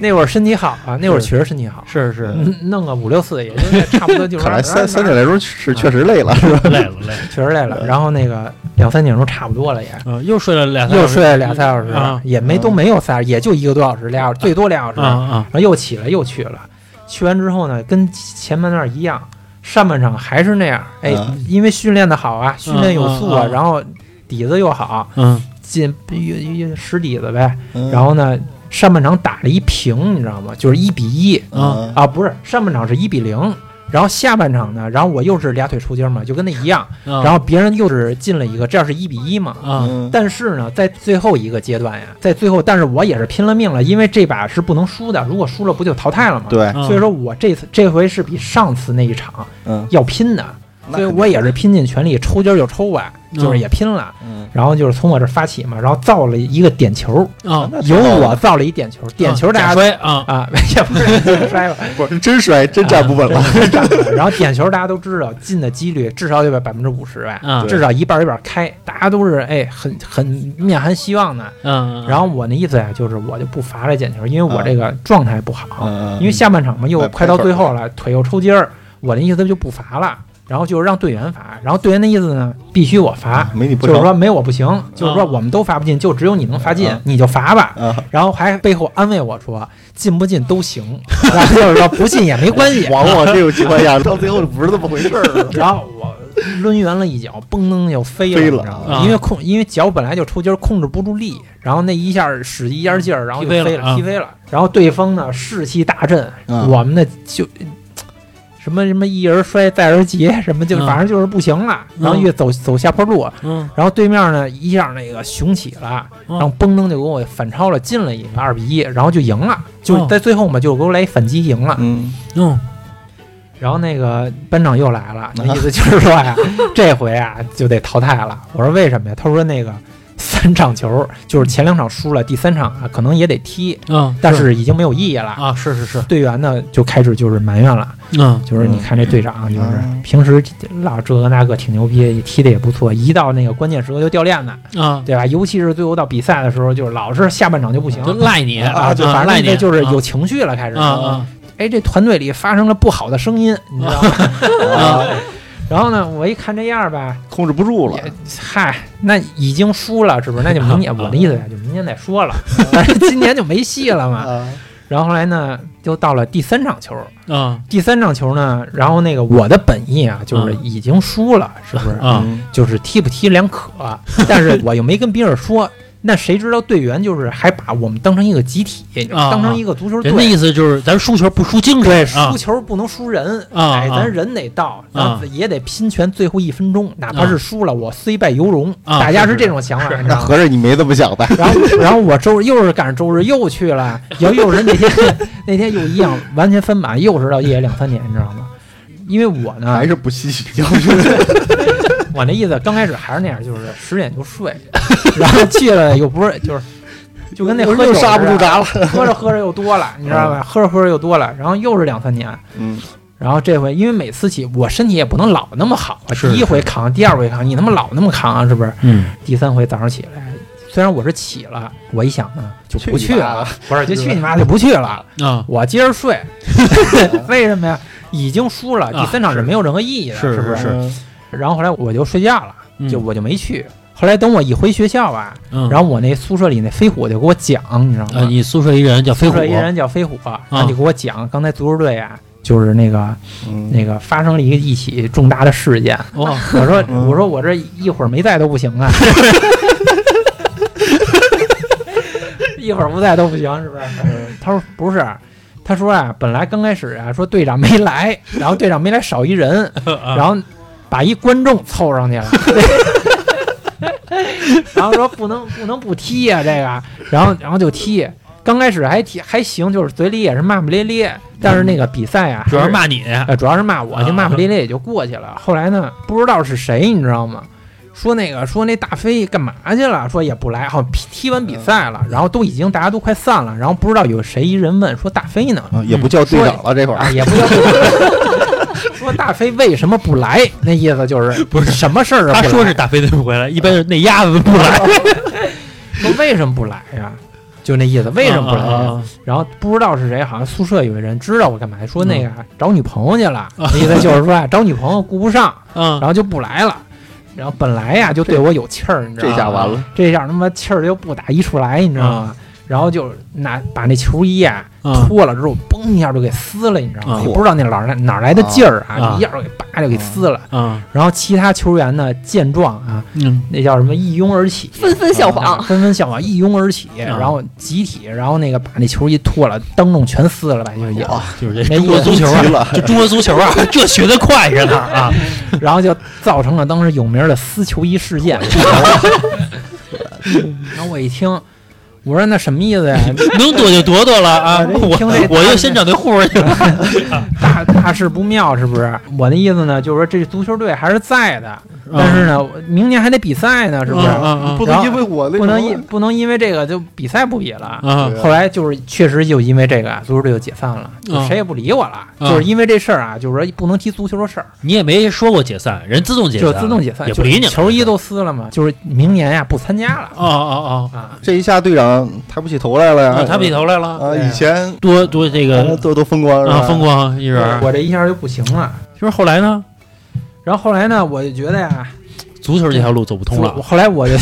Speaker 5: 那会儿身体好啊，那会儿确实身体好，
Speaker 2: 是是
Speaker 5: 嗯弄个五六次也就差不多就是
Speaker 3: 看来三三点来嗯钟是确实累了，
Speaker 2: 累 了累了，
Speaker 5: 确实累了，然后那个两三点钟差不多了也。
Speaker 2: 嗯，又睡了俩仨小
Speaker 5: 呃又
Speaker 2: 时，
Speaker 5: 睡了俩仨小时，
Speaker 2: 啊
Speaker 5: 也没
Speaker 3: 嗯
Speaker 5: 都没有仨，也就一个多小时，俩小时最多俩小时，
Speaker 2: 啊啊
Speaker 5: 然后又起来又去了，去完之后呢，跟前半段一样，上半场还是那样，哎，
Speaker 3: 嗯
Speaker 5: 因为训练的好啊，训练有素啊，
Speaker 2: 嗯嗯嗯
Speaker 5: 然后底子又好，
Speaker 2: 嗯
Speaker 5: 进又又使底子呗，
Speaker 3: 嗯
Speaker 5: 然后呢，上半场打了一平，你知道吗？就是一比一
Speaker 3: 嗯
Speaker 5: 啊，不是上半场是一比零。然后下半场呢，然后我又是俩腿抽筋儿嘛，就跟那一样。
Speaker 2: 啊，
Speaker 5: 然后别人又是进了一个，这样是一比一嘛。
Speaker 2: 啊
Speaker 3: 嗯
Speaker 5: 但是呢，在最后一个阶段呀，在最后，但是我也是拼了命了，因为这把是不能输的，如果输了不就淘汰了吗？。
Speaker 3: 对，
Speaker 5: 所以说我这次这回是比上次那一场
Speaker 3: 嗯，
Speaker 5: 要拼的，所以我也是拼尽全力，抽筋儿就抽啊，
Speaker 2: 嗯
Speaker 5: 就是也拼了。
Speaker 3: 嗯，
Speaker 5: 然后就是从我这发起嘛，然后造了一个点球，
Speaker 2: 啊，
Speaker 3: 那挺
Speaker 5: 由
Speaker 3: 好的
Speaker 5: 我造了一点球，嗯点球大
Speaker 2: 假
Speaker 5: 家
Speaker 2: 摔啊
Speaker 5: 啊， 也不是点摔吧，
Speaker 3: 不是真摔，真站不稳了，
Speaker 5: 然后点球大家都知道进的几率至少得百分之五十吧，
Speaker 2: 啊
Speaker 5: 至少一半儿一半儿开，大家都是哎很很面含希望的。
Speaker 2: 嗯，
Speaker 5: 然后我那意思呀，就是我就不罚这捡球，因为我这个状态不好，
Speaker 3: 嗯
Speaker 5: 因为下半场嘛又
Speaker 3: 嗯
Speaker 5: 快到最后了，腿又抽筋儿，我的意思就不罚了，然后就是让队员罚，然后队员的意思呢，必须我罚，
Speaker 3: 啊没你不
Speaker 5: 就是
Speaker 3: 成
Speaker 5: 说没我不行，就是说我们都罚不进，就只有你能罚进
Speaker 3: 嗯，
Speaker 5: 你就罚吧。
Speaker 3: 啊，
Speaker 5: 然后还背后安慰我说进不进都行， 然后就是说不进也没 关系。
Speaker 3: 往往这种情况下， 到最后就不是这么回事儿了。
Speaker 5: 然后我抡圆了一脚，嘣噔就飞了，
Speaker 3: 飞了
Speaker 5: 你知道
Speaker 2: 啊
Speaker 5: 吗？因为控，因为脚本来就抽筋儿，控制不住力，然后那一下使一下劲儿，然后就
Speaker 2: 踢飞
Speaker 5: 飞
Speaker 2: 了啊
Speaker 5: 了，踢飞了。然后对方呢士气大振，
Speaker 3: 啊
Speaker 5: 我们呢就什么什么一人摔再人急，什么就
Speaker 2: 嗯
Speaker 5: 反正就是不行了，
Speaker 2: 嗯
Speaker 5: 然后越走走下坡路，
Speaker 2: 嗯
Speaker 5: 然后对面呢一下那个雄起了，
Speaker 2: 嗯
Speaker 5: 然后嘣噔就给我反超了，进了一个二比一，然后就赢了，
Speaker 2: 哦
Speaker 5: 就在最后嘛就给我来一反击赢了。
Speaker 3: 嗯，
Speaker 2: 嗯
Speaker 5: 然后那个班长又来 了，那意思就是说呀，这回啊就得淘汰了。我说为什么呀？他说那个三场球，就是前两场输了，第三场啊可能也得踢，
Speaker 2: 嗯，
Speaker 5: 但是已经没有意义了。
Speaker 2: 啊是是是，
Speaker 5: 队员呢就开始就是埋怨了，
Speaker 2: 嗯
Speaker 5: 就是你看这队长，啊就是
Speaker 3: 嗯
Speaker 5: 平时老这个那个挺牛逼，踢的也不错，一到那个关键时刻就掉链子，
Speaker 2: 啊
Speaker 5: 对吧？尤其是最后到比赛的时候，就是老是下半场就不行
Speaker 2: 就赖你嗯
Speaker 5: 啊，就反
Speaker 2: 赖
Speaker 5: 正
Speaker 2: 你
Speaker 5: 这就是有情绪了，开始
Speaker 2: 啊啊
Speaker 5: 哎，这团队里发生了不好的声音，你知道吗？啊然后呢，我一看这样吧，
Speaker 3: 控制不住了
Speaker 5: 也，嗨，那已经输了，是不是？那就明年，我的意思呀，就明年再说了。但是今年就没戏了嘛。
Speaker 3: 啊
Speaker 5: 然后后来呢，就到了第三场球，
Speaker 2: 啊
Speaker 5: 第三场球呢，然后那个我的本意啊，就是
Speaker 2: 嗯
Speaker 5: 已经输了，是不是？
Speaker 2: 啊，
Speaker 5: 就是踢不踢两可，但是我又没跟比尔说。那谁知道队员就是还把我们当成一个集体，
Speaker 2: 啊
Speaker 5: 当成一个足球队
Speaker 2: 人的，意思就是咱输球不输精神，
Speaker 5: 对，
Speaker 2: 啊
Speaker 5: 输球不能输人，
Speaker 2: 啊
Speaker 5: 哎，
Speaker 2: 啊
Speaker 5: 咱人得到，咱
Speaker 2: 啊
Speaker 5: 也得拼全最后一分钟，哪怕
Speaker 2: 啊
Speaker 5: 是输了，我虽败犹荣。
Speaker 2: 啊
Speaker 5: 大家
Speaker 2: 是
Speaker 5: 是
Speaker 2: 是
Speaker 5: 这种想法，你知
Speaker 3: 那
Speaker 5: 道吗？
Speaker 3: 合着你没这么想的，
Speaker 5: 然后， 然后我周日又是赶上周日又去了，然后又是那天那天又一样，完全翻版，又是到夜里两三点，你知道吗？因为我呢，
Speaker 3: 还是不稀 奇？
Speaker 5: 我那意思刚开始还是那样，就是十点就 睡，然后去了又不是就是。就跟那喝酒
Speaker 3: 又刹
Speaker 5: 似
Speaker 3: 不
Speaker 5: 的
Speaker 3: 住闸了，
Speaker 5: 喝着喝着又多了，你知道吧？喝着喝着又多了，然后又是两三年，
Speaker 3: 嗯，
Speaker 5: 然后这回因为每次起我身体也不能老那么好啊，
Speaker 2: 是
Speaker 5: 第一回扛，第二回扛，你他妈老那么扛啊，是不是？
Speaker 2: 嗯
Speaker 5: 第三回早上起来，虽然我是起了，我一想呢就不去了，不是就去你妈就不去了，
Speaker 2: 啊，
Speaker 5: 我接着睡，为什么呀？已经输了，
Speaker 2: 啊
Speaker 5: 第三场是没有任何意义的，
Speaker 2: 是
Speaker 5: 不
Speaker 2: 是
Speaker 5: 然后后来我就睡觉了，
Speaker 2: 嗯
Speaker 5: 就我就没去。后来等我一回学校吧，
Speaker 2: 嗯
Speaker 5: 然后我那宿舍里那飞虎就给我讲，你知道
Speaker 2: 呃，
Speaker 5: 吗？
Speaker 2: 你宿舍一人叫飞
Speaker 5: 宿
Speaker 2: 虎啊
Speaker 5: 舍一人叫飞虎，然后就给我讲刚才足球队啊，就是那个
Speaker 3: 嗯，
Speaker 5: 那个发生了一个一起重大的事件。
Speaker 2: 哇，
Speaker 5: 我说
Speaker 3: 嗯
Speaker 5: 我说我这一会儿没在都不行啊， 一会儿不在都不行，是不是？
Speaker 2: 嗯
Speaker 5: 他说不是。他说啊，本来刚开始啊，说队长没 来，然后队长没来少一人，
Speaker 2: 嗯
Speaker 5: 然后把一观众凑上去了， 然后说不能不能不踢呀、这个，然后然后就踢，刚开始还踢还行，就是嘴里也是骂骂咧咧，但是那个比赛啊，
Speaker 2: 主要
Speaker 5: 还
Speaker 2: 是
Speaker 5: 是
Speaker 2: 骂你
Speaker 5: 呃，主要是骂我，
Speaker 2: 啊
Speaker 5: 就骂骂咧咧也就过去了。后来呢，不知道是谁，你知道吗？说那个说那大飞干嘛去了？说也不来，好像踢踢完比赛
Speaker 2: 嗯
Speaker 5: 了，然后都已经大家都快散了，然后不知道有谁一人问说大飞呢？
Speaker 3: 啊也不叫队长了，这会
Speaker 5: 啊，
Speaker 3: 儿
Speaker 5: 也不叫 说大飞为什么不来？那意思 就是不是什么事儿啊？
Speaker 2: 他
Speaker 5: 不
Speaker 2: 说
Speaker 5: 来
Speaker 2: 是大飞队不回来，一般是那鸭子不来，
Speaker 5: 说为什么不来呀？就那意思， 为什么不来呀？
Speaker 2: 啊
Speaker 5: 然后不知道是谁，好像宿舍有一人知道我干嘛，说那个
Speaker 2: 嗯
Speaker 5: 啊找女朋友去了，那意思就是说啊找女朋友顾不上。
Speaker 2: 啊
Speaker 5: 然后就不来了。然后本来呀就对我有气儿，你知道
Speaker 3: 这
Speaker 5: 吗？
Speaker 3: 下完了，啊
Speaker 5: 这下他妈气儿就不打一处来，你知道吗？然后就拿把那球衣啊
Speaker 2: 啊
Speaker 5: 脱了之后，嘣一下就给撕了，你知道吗？
Speaker 2: 啊
Speaker 5: 也不知道那哪儿来哪儿来的劲儿
Speaker 2: 啊
Speaker 5: 啊，一下就给叭就给撕了。
Speaker 2: 啊，
Speaker 5: 然后其他球员呢见状啊，
Speaker 2: 嗯
Speaker 5: 那叫什么一拥而起，
Speaker 4: 纷纷效
Speaker 5: 啊
Speaker 4: 仿，
Speaker 5: 纷纷效仿，一拥而起，
Speaker 3: 啊
Speaker 5: 然后集体，然后那个把那球衣脱了，当众全撕了，把球
Speaker 3: 啊
Speaker 5: 衣。
Speaker 2: 哎就是这
Speaker 5: 啊没
Speaker 2: 中国
Speaker 5: 意思
Speaker 2: 足球 啊
Speaker 3: 急，了，
Speaker 2: 这中国足球啊，这学的快着呢啊，
Speaker 5: 然后就造成了当时有名的撕球衣事件。然后我一听，我说那什么意思呀？
Speaker 2: 能躲就躲躲了啊，
Speaker 5: 我
Speaker 2: 我
Speaker 5: 哎听这
Speaker 2: 我就先找那户儿去了
Speaker 5: 大大事不妙是不是？我那意思呢，就是说这足球队还是在的，
Speaker 2: 嗯
Speaker 5: 但是呢，明年还得比赛呢，是不是？
Speaker 2: 啊啊
Speaker 3: 不能因为我那
Speaker 5: 不能
Speaker 3: 什
Speaker 5: 因
Speaker 3: 么
Speaker 5: 不能因为这个就比赛不比了。
Speaker 2: 啊
Speaker 3: 对
Speaker 5: 后来就是确实就因为这个足球队就解散了，
Speaker 2: 嗯
Speaker 5: 就谁也不理我了。就是因为这事儿啊，就是说不能踢足球的事儿，
Speaker 2: 你也没说过解散，人自动解散
Speaker 5: 就
Speaker 2: 了，
Speaker 5: 自动解散，
Speaker 2: 也不理你
Speaker 5: 就
Speaker 2: 了
Speaker 5: 是球衣都撕了嘛，就是明年呀不参加了
Speaker 2: 哦哦
Speaker 5: 啊。
Speaker 3: 这一下队长抬不起头来了
Speaker 2: 哦，
Speaker 3: 呀，
Speaker 2: 啊抬不起头来了，
Speaker 3: 啊，以前
Speaker 2: 多多这
Speaker 3: 咱们
Speaker 2: 个
Speaker 3: 多多风光是吧？
Speaker 2: 啊风光一人，
Speaker 5: 我这一下就不行了。
Speaker 2: 就是后来呢，
Speaker 5: 然后后来呢，我就觉得呀，
Speaker 2: 足球这条路走不通
Speaker 5: 我
Speaker 2: 了
Speaker 5: 后来我就，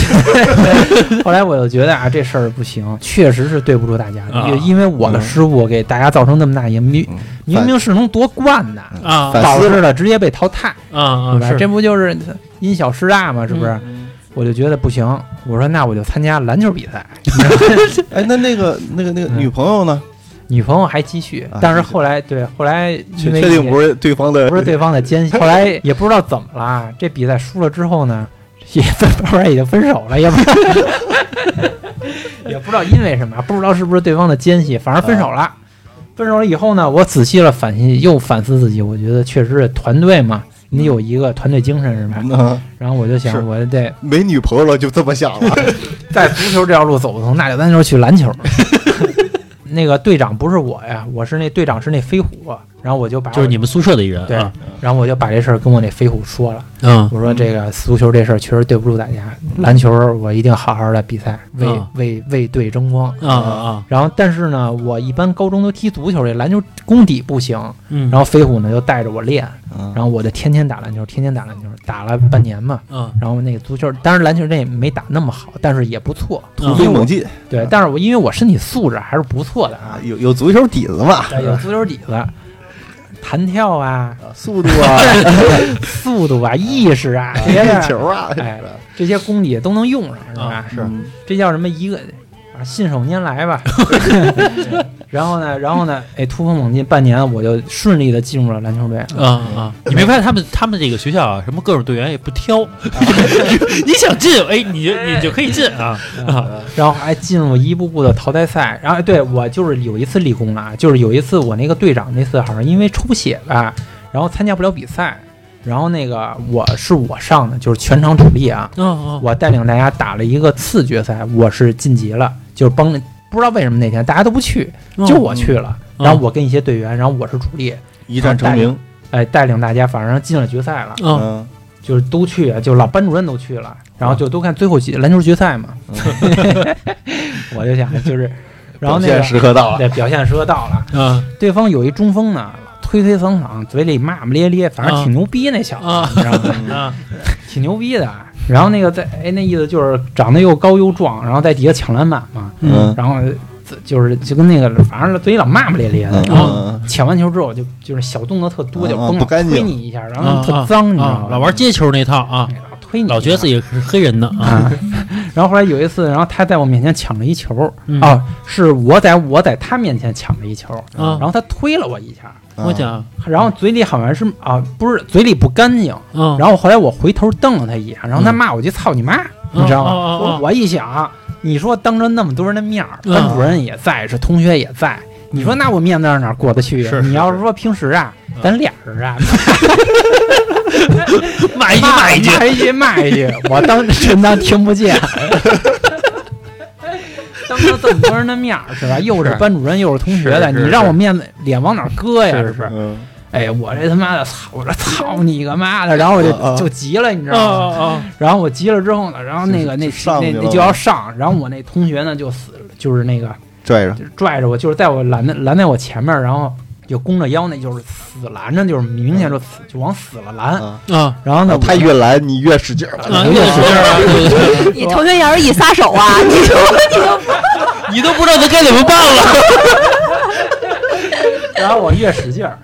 Speaker 5: 后来我就觉得啊，这事儿不行，确实是对不住大家，
Speaker 2: 啊
Speaker 5: 因因为我的失误给大家造成那么大影明
Speaker 3: 嗯
Speaker 5: 明明是能夺冠的，
Speaker 2: 啊
Speaker 3: 反
Speaker 5: 导
Speaker 3: 思
Speaker 5: 致了直接被淘汰，
Speaker 2: 啊啊
Speaker 5: 对吧？
Speaker 2: 是
Speaker 5: 这不就是因小失大吗？是不
Speaker 3: 嗯
Speaker 5: 是？我就觉得不行，我说那我就参加篮球比赛，
Speaker 3: 哎，那那个那个那个
Speaker 5: 嗯
Speaker 3: 女朋友呢？
Speaker 5: 女朋友还继续
Speaker 3: 啊，
Speaker 5: 但是后来对后来
Speaker 3: 确
Speaker 5: 因为
Speaker 3: 确定不是对方 的？
Speaker 5: 不是对方的奸细。后来也不知道怎么了，这比赛输了之后呢， 也分后来也就分手了，也不 也不知道因为什么，不知道是不是对方的奸细，反正分手了。啊分手了以后呢，我仔细了反析，又反思自己，我觉得确实是团队嘛，你有一个团队精神是吧？
Speaker 3: 嗯，
Speaker 5: 然后我就
Speaker 3: 是
Speaker 5: 想，我得
Speaker 3: 没女朋友了就这么想了，
Speaker 5: 在足球这条路走不通，那就咱 就去篮球。那个队长不是我呀，我是那队长是那飞虎，嗯然后我就把
Speaker 2: 就是你们宿舍的一人
Speaker 5: 对
Speaker 2: 啊，
Speaker 5: 然后我就把这事儿跟我那飞虎说了，
Speaker 2: 嗯，
Speaker 5: 我说这个足球这事儿确实对不住大家，篮球我一定好好的比赛，为、
Speaker 2: 嗯
Speaker 5: 为为队争光。嗯
Speaker 2: 啊啊啊，
Speaker 5: 然后，但是呢，我一般高中都踢足球，这篮球功底不行。
Speaker 2: 嗯，
Speaker 5: 然后飞虎呢就带着我练，
Speaker 3: 嗯
Speaker 5: 然后我就天天打篮球，天天打篮球，打了半年嘛。
Speaker 2: 嗯
Speaker 5: 然后那个足球，当然篮球这也没打那么好，但是也不错。
Speaker 3: 突
Speaker 2: 嗯
Speaker 3: 飞猛进
Speaker 5: 对，但是我因为我身体素质还是不错的啊，，
Speaker 3: 啊有有足球底子嘛，
Speaker 5: 有足球底子，弹跳啊，
Speaker 3: 速度 啊，
Speaker 5: 速度啊，意识啊，这
Speaker 3: 运
Speaker 5: 些
Speaker 3: 球啊，
Speaker 5: 哎这些功底都能用上，是吧？
Speaker 2: 啊
Speaker 3: 是嗯
Speaker 5: 这叫什么一个啊，信手拈来吧。 然后呢，然后呢，哎，突飞猛进，半年我就顺利的进入了篮球队。
Speaker 2: 啊啊！你没发现他们他们这个学校啊，什么各种队员也不挑，你想进哎，你就你就可以进啊啊
Speaker 5: 然后还进入一步步的淘汰赛。然后哎对我就是有一次立功了啊，就是有一次我那个队长那次好像因为抽血吧，然后参加不了比赛。然后那个我是我上的，就是全场主力啊，
Speaker 2: 啊啊！
Speaker 5: 我带领大家打了一个次决赛，我是晋级了，就是帮不知道为什么那天大家都不去，就我去了。
Speaker 2: 嗯
Speaker 5: 然后我跟一些队员，然后我是主力，
Speaker 3: 一战成名，
Speaker 5: 哎，带领大家反正进了决赛了，
Speaker 2: 啊
Speaker 3: 嗯，
Speaker 5: 就是都去，就老班主任都去了，然后就都看最后几篮球决赛 嘛。我就想就是，然后那
Speaker 3: 表现
Speaker 5: 个
Speaker 3: 时刻到了，
Speaker 5: 对表现时刻到了，
Speaker 2: 啊
Speaker 5: 对方有一中锋呢，推推搡搡，嘴里骂骂咧咧，反正挺牛逼那小子，
Speaker 2: 啊
Speaker 5: 你知道吗？
Speaker 2: 啊！
Speaker 5: 挺牛逼的。然后那个在哎那意思就是长得又高又壮，然后在底下抢篮板嘛，
Speaker 3: 嗯
Speaker 5: 然后自就是就跟那个反正嘴里老骂骂咧咧的，
Speaker 3: 嗯
Speaker 5: 然后
Speaker 3: 嗯，
Speaker 5: 抢完球之后就就是小动作特多，
Speaker 3: 嗯
Speaker 5: 就
Speaker 3: 嗯
Speaker 5: 崩
Speaker 3: 不干净
Speaker 5: 推你一下，然
Speaker 2: 啊
Speaker 5: 后特脏，你知道
Speaker 2: 啊
Speaker 5: 吗？！
Speaker 2: 老玩接球那套啊
Speaker 5: 哎，老推你，
Speaker 2: 老觉得自己是黑人的啊
Speaker 5: 啊。然后后来有一次，然后他在我面前抢了一球，
Speaker 2: 嗯
Speaker 5: 啊，是我在我在他面前抢了一球，
Speaker 2: 啊
Speaker 5: 然！后他推嗯了我一下，
Speaker 3: 嗯
Speaker 2: 我讲
Speaker 5: 然后嘴里好像是啊，不是嘴里不干净。
Speaker 2: 啊，
Speaker 5: 然后后来我回头瞪了他一眼，然后
Speaker 2: 嗯
Speaker 5: 他骂我句“操你妈”，你知道吗？
Speaker 2: 哦哦哦哦
Speaker 5: 我一想，你说当着那么多人的面儿，
Speaker 2: 嗯
Speaker 5: 班主任也在，是同学也在，你说那我面子上哪儿过得去呀？
Speaker 2: 是是
Speaker 5: 你要是说平时啊，
Speaker 2: 嗯
Speaker 5: 咱俩人啊，
Speaker 2: 骂一句骂一句，
Speaker 5: 骂一句骂一 句，我当真当听不见。当着这么多人的面儿是吧？又是
Speaker 2: 是
Speaker 5: 班主任，又是同学的，
Speaker 2: 是是
Speaker 5: 你让我面子脸往哪儿搁呀？
Speaker 2: 是
Speaker 5: 是不是？
Speaker 3: 嗯，
Speaker 5: 哎，我这他妈的操！我说操你个妈的！然后我
Speaker 3: 啊啊
Speaker 5: 就就急了，你知
Speaker 2: 啊
Speaker 5: 道吗？
Speaker 2: 啊啊！
Speaker 5: 然后我急了之后呢，然后那个那
Speaker 3: 就上
Speaker 5: 那
Speaker 3: 去了
Speaker 5: 那就要上，然后我那同学呢就死了，就是那个
Speaker 3: 拽着，
Speaker 5: 就是拽着我，就是在我拦的拦在我前面，然后就弓着腰，那就是死拦着，就是明显就死就往死了拦。
Speaker 3: 啊，
Speaker 2: 啊
Speaker 5: 然后呢，
Speaker 3: 他
Speaker 5: 我
Speaker 3: 越来你越使劲儿，
Speaker 2: 啊！越 使劲
Speaker 5: 嗯
Speaker 2: 儿，
Speaker 4: 你同学要是一撒手啊，你 就你就
Speaker 2: 你都不知道他该怎么办了。
Speaker 5: 然后我越使劲儿，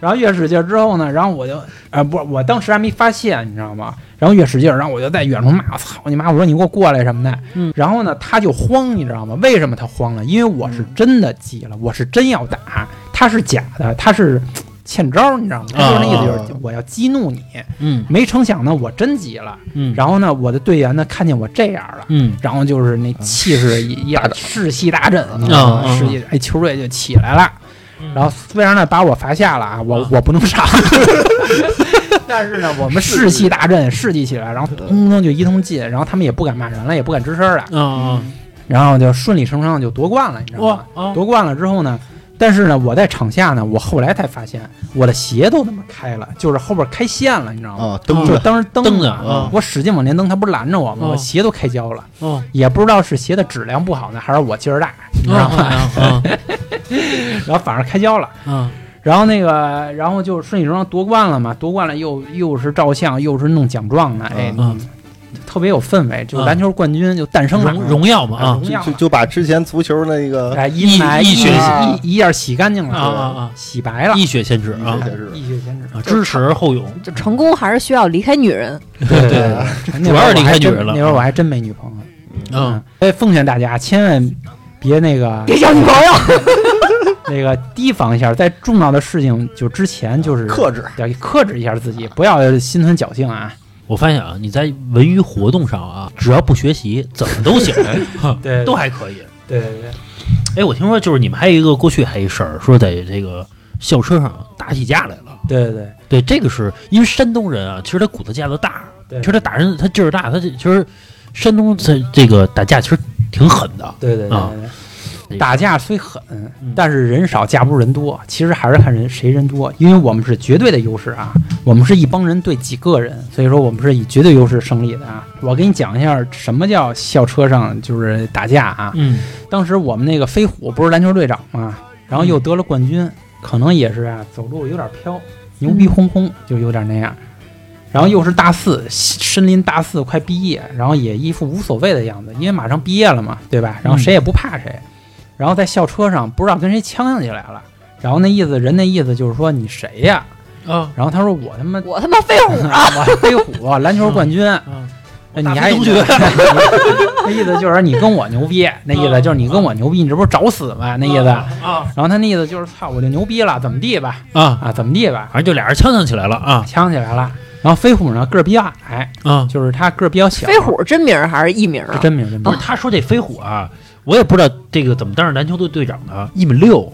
Speaker 5: 然后越使劲儿之后呢，然后我就，呃，不，我当时还没发现，你知道吗？然后越使劲儿，然后我就在远处骂：“我操你妈！”我说你给我过来什么的。
Speaker 2: 嗯。
Speaker 5: 然后呢，他就慌，你知道吗？为什么他慌了？因为我
Speaker 2: 嗯
Speaker 5: 是真的急了，我是真要打，他是假的，他是欠招儿，你知道吗？
Speaker 2: 啊
Speaker 5: 他就是那意思，就是我要激怒你。
Speaker 2: 嗯
Speaker 5: 没成想呢，我真急了。
Speaker 2: 嗯，
Speaker 5: 然后呢，我的队员呢看见我这样了，
Speaker 2: 嗯
Speaker 5: 然后就是那气势一样，士气大振，你知道
Speaker 2: 啊啊
Speaker 5: 吗？士气，哎，球队就起来了
Speaker 2: 嗯。
Speaker 5: 然后虽然呢把我罚下了啊，我
Speaker 2: 啊
Speaker 5: 我不能上，但是呢我们士气大振，士气起来，
Speaker 2: 嗯
Speaker 5: 然后咚咚就一通进，然后他们也不敢骂人了，也不敢吱声了，
Speaker 2: 啊啊！
Speaker 5: 然后就顺理成章地就夺冠了，你知道吗
Speaker 2: 哇？啊！
Speaker 5: 夺冠了之后呢，但是呢，我在场下呢，我后来才发现我的鞋都他妈开了，就是后边开线了，你知道吗？
Speaker 3: 啊，蹬
Speaker 5: 嗯就是
Speaker 3: 着，
Speaker 5: 当时
Speaker 2: 嗯
Speaker 5: 蹬
Speaker 2: 蹬
Speaker 5: 着
Speaker 2: 着啊
Speaker 5: 我使劲往前蹬，他不是拦着我吗？
Speaker 2: 哦
Speaker 5: 我鞋都开胶了，
Speaker 2: 哦，
Speaker 5: 也不知道是鞋的质量不好呢，还是我劲儿大，你知道吗？
Speaker 2: 啊嗯
Speaker 5: 然后反而开胶了。
Speaker 2: 啊
Speaker 5: 然后那个，然后就顺理成章夺冠了嘛，夺冠了又又是照相，又是弄奖状呢，哎，
Speaker 2: 啊！
Speaker 5: 特别有氛围，就
Speaker 2: 啊
Speaker 5: 篮球冠军就诞生了，
Speaker 2: 荣荣耀嘛
Speaker 5: 啊
Speaker 2: 啊
Speaker 5: 荣
Speaker 3: 就
Speaker 5: 耀
Speaker 3: 就
Speaker 5: 了，
Speaker 3: 就把之前足球那个
Speaker 5: 哎，阴霾
Speaker 2: 一一血
Speaker 5: 一一一下洗干净
Speaker 2: 啊
Speaker 5: 了，
Speaker 2: 啊啊！
Speaker 5: 洗白了，
Speaker 2: 一雪先知啊
Speaker 3: 理解是
Speaker 5: 一雪前耻。
Speaker 2: 啊！支持后勇，
Speaker 4: 就成功还是需要离开女人。
Speaker 5: 对
Speaker 2: 对
Speaker 5: 对，
Speaker 2: 主要是离开女人了
Speaker 5: 那会儿我还真没女朋友。
Speaker 2: 嗯，，
Speaker 5: 所以哎奉劝大家千万别那个
Speaker 4: 别交女朋友，
Speaker 5: 那个提防一下，在重要的事情就之前就是
Speaker 3: 克制，
Speaker 5: 要克制一下自己，不要心存侥幸啊。
Speaker 2: 我发现啊，你在文娱活动上啊，只要不学习，怎么都 行，
Speaker 5: 对
Speaker 2: 都还可以。
Speaker 5: 对对对，
Speaker 2: 哎，我听说就是你们还有一个过去还有一事儿，说在这个校车上打起架来了。
Speaker 5: 对对对
Speaker 2: 对，这个是因为山东人啊，其实他骨头架子大，
Speaker 5: 对
Speaker 2: 其实他打人他劲儿大，他这其实山东这这个打架其实挺狠的。
Speaker 5: 对对对
Speaker 2: 啊
Speaker 5: 对，打架虽狠，
Speaker 2: 嗯
Speaker 5: 但是人少架不住人多，其实还是看人谁人多，因为我们是绝对的优势啊，我们是一帮人对几个人，所以说我们是以绝对优势胜利的啊。我给你讲一下什么叫校车上就是打架啊，
Speaker 2: 嗯
Speaker 5: 当时我们那个飞虎不是篮球队长嘛，然后又得了冠军，可能也是啊，走路有点飘，牛逼哄哄，就有点那样。然后又是大四，身临大四快毕业，然后也一副无所谓的样子，因为马上毕业了嘛，对吧？然后谁也不怕谁，然后在校车上不知道跟谁呛呛起来了，然后那意思人那意思就是说你谁呀？
Speaker 2: 啊
Speaker 5: 然后他说我他妈
Speaker 4: 我他 妈飞虎啊！
Speaker 5: 我飞虎篮球冠军，
Speaker 2: 啊，
Speaker 5: 那
Speaker 2: 大
Speaker 5: 哎你
Speaker 2: 飞同
Speaker 5: 还
Speaker 2: 学
Speaker 5: 那意思就是你跟我牛逼，那意思就是你跟我牛逼，你这不是找死吗？那意思。
Speaker 2: 啊
Speaker 5: 然后他那意思就是操，我就牛逼了，怎么地吧？
Speaker 2: 啊，
Speaker 5: 啊，怎么地吧？
Speaker 2: 反正就俩人呛呛起来了啊
Speaker 5: 呛起来了。然后飞虎呢，个儿比较矮，
Speaker 2: 啊！
Speaker 5: 就是他个儿比较小。
Speaker 4: 飞虎真名儿还是艺名儿
Speaker 5: 是
Speaker 4: 啊？
Speaker 5: 真名，真
Speaker 2: 不
Speaker 5: 名
Speaker 2: 是，。他说这飞虎啊，我也不知道这个怎么当上篮球队队长的，一米六，